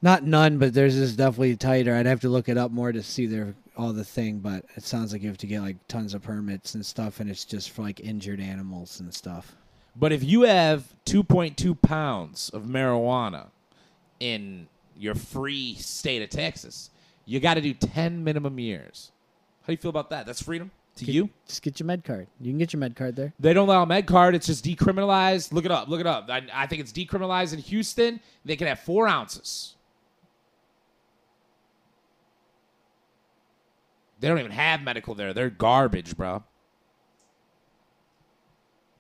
[SPEAKER 2] Not none, but theirs is definitely tighter. I'd have to look it up more to see their all the thing, but it sounds like you have to get like tons of permits and stuff, and it's just for like injured animals and stuff.
[SPEAKER 1] But if you have 2.2 pounds of marijuana in your free state of Texas, you got to do 10 minimum years. How do you feel about that? That's freedom to you.
[SPEAKER 2] Just get your med card. You can get your med card there.
[SPEAKER 1] They don't allow med card. It's just decriminalized. Look it up. Look it up. I, I think it's decriminalized in Houston. They can have four ounces. They don't even have medical there. They're garbage, bro.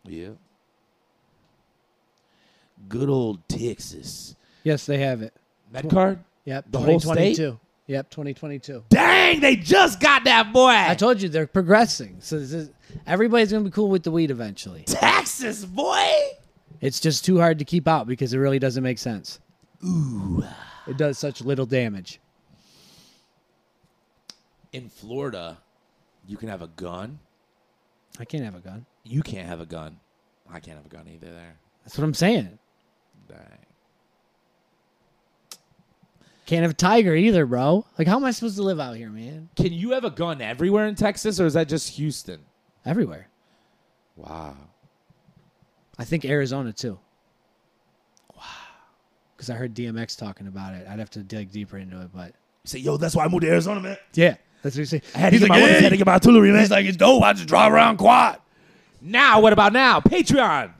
[SPEAKER 1] Yeah. Good old Texas.
[SPEAKER 2] Yes, they have it.
[SPEAKER 1] Med card?
[SPEAKER 2] Yep.
[SPEAKER 1] The whole
[SPEAKER 2] 2022.
[SPEAKER 1] state?
[SPEAKER 2] Yep, 2022.
[SPEAKER 1] Dang, they just got that boy.
[SPEAKER 2] I told you they're progressing. So this is, everybody's gonna be cool with the weed eventually.
[SPEAKER 1] Texas, boy.
[SPEAKER 2] It's just too hard to keep out because it really doesn't make sense. Ooh. It does such little damage.
[SPEAKER 1] In Florida, you can have a gun.
[SPEAKER 2] I can't have a gun.
[SPEAKER 1] You can't have a gun. I can't have a gun either there.
[SPEAKER 2] That's what I'm saying.
[SPEAKER 1] Dang.
[SPEAKER 2] Can't have a tiger either, bro. Like, how am I supposed to live out here, man?
[SPEAKER 1] Can you have a gun everywhere in Texas or is that just Houston?
[SPEAKER 2] Everywhere.
[SPEAKER 1] Wow.
[SPEAKER 2] I think Arizona too. Wow. Because I heard DMX talking about it. I'd have to dig deeper into it, but
[SPEAKER 6] Say, yo, that's why I moved to Arizona, man.
[SPEAKER 2] yeah, that's what you say.
[SPEAKER 6] I had to get my, I had to get my artillery, man. He's like, it's dope. I just drive around quiet.
[SPEAKER 1] Now, what about now? Patreon.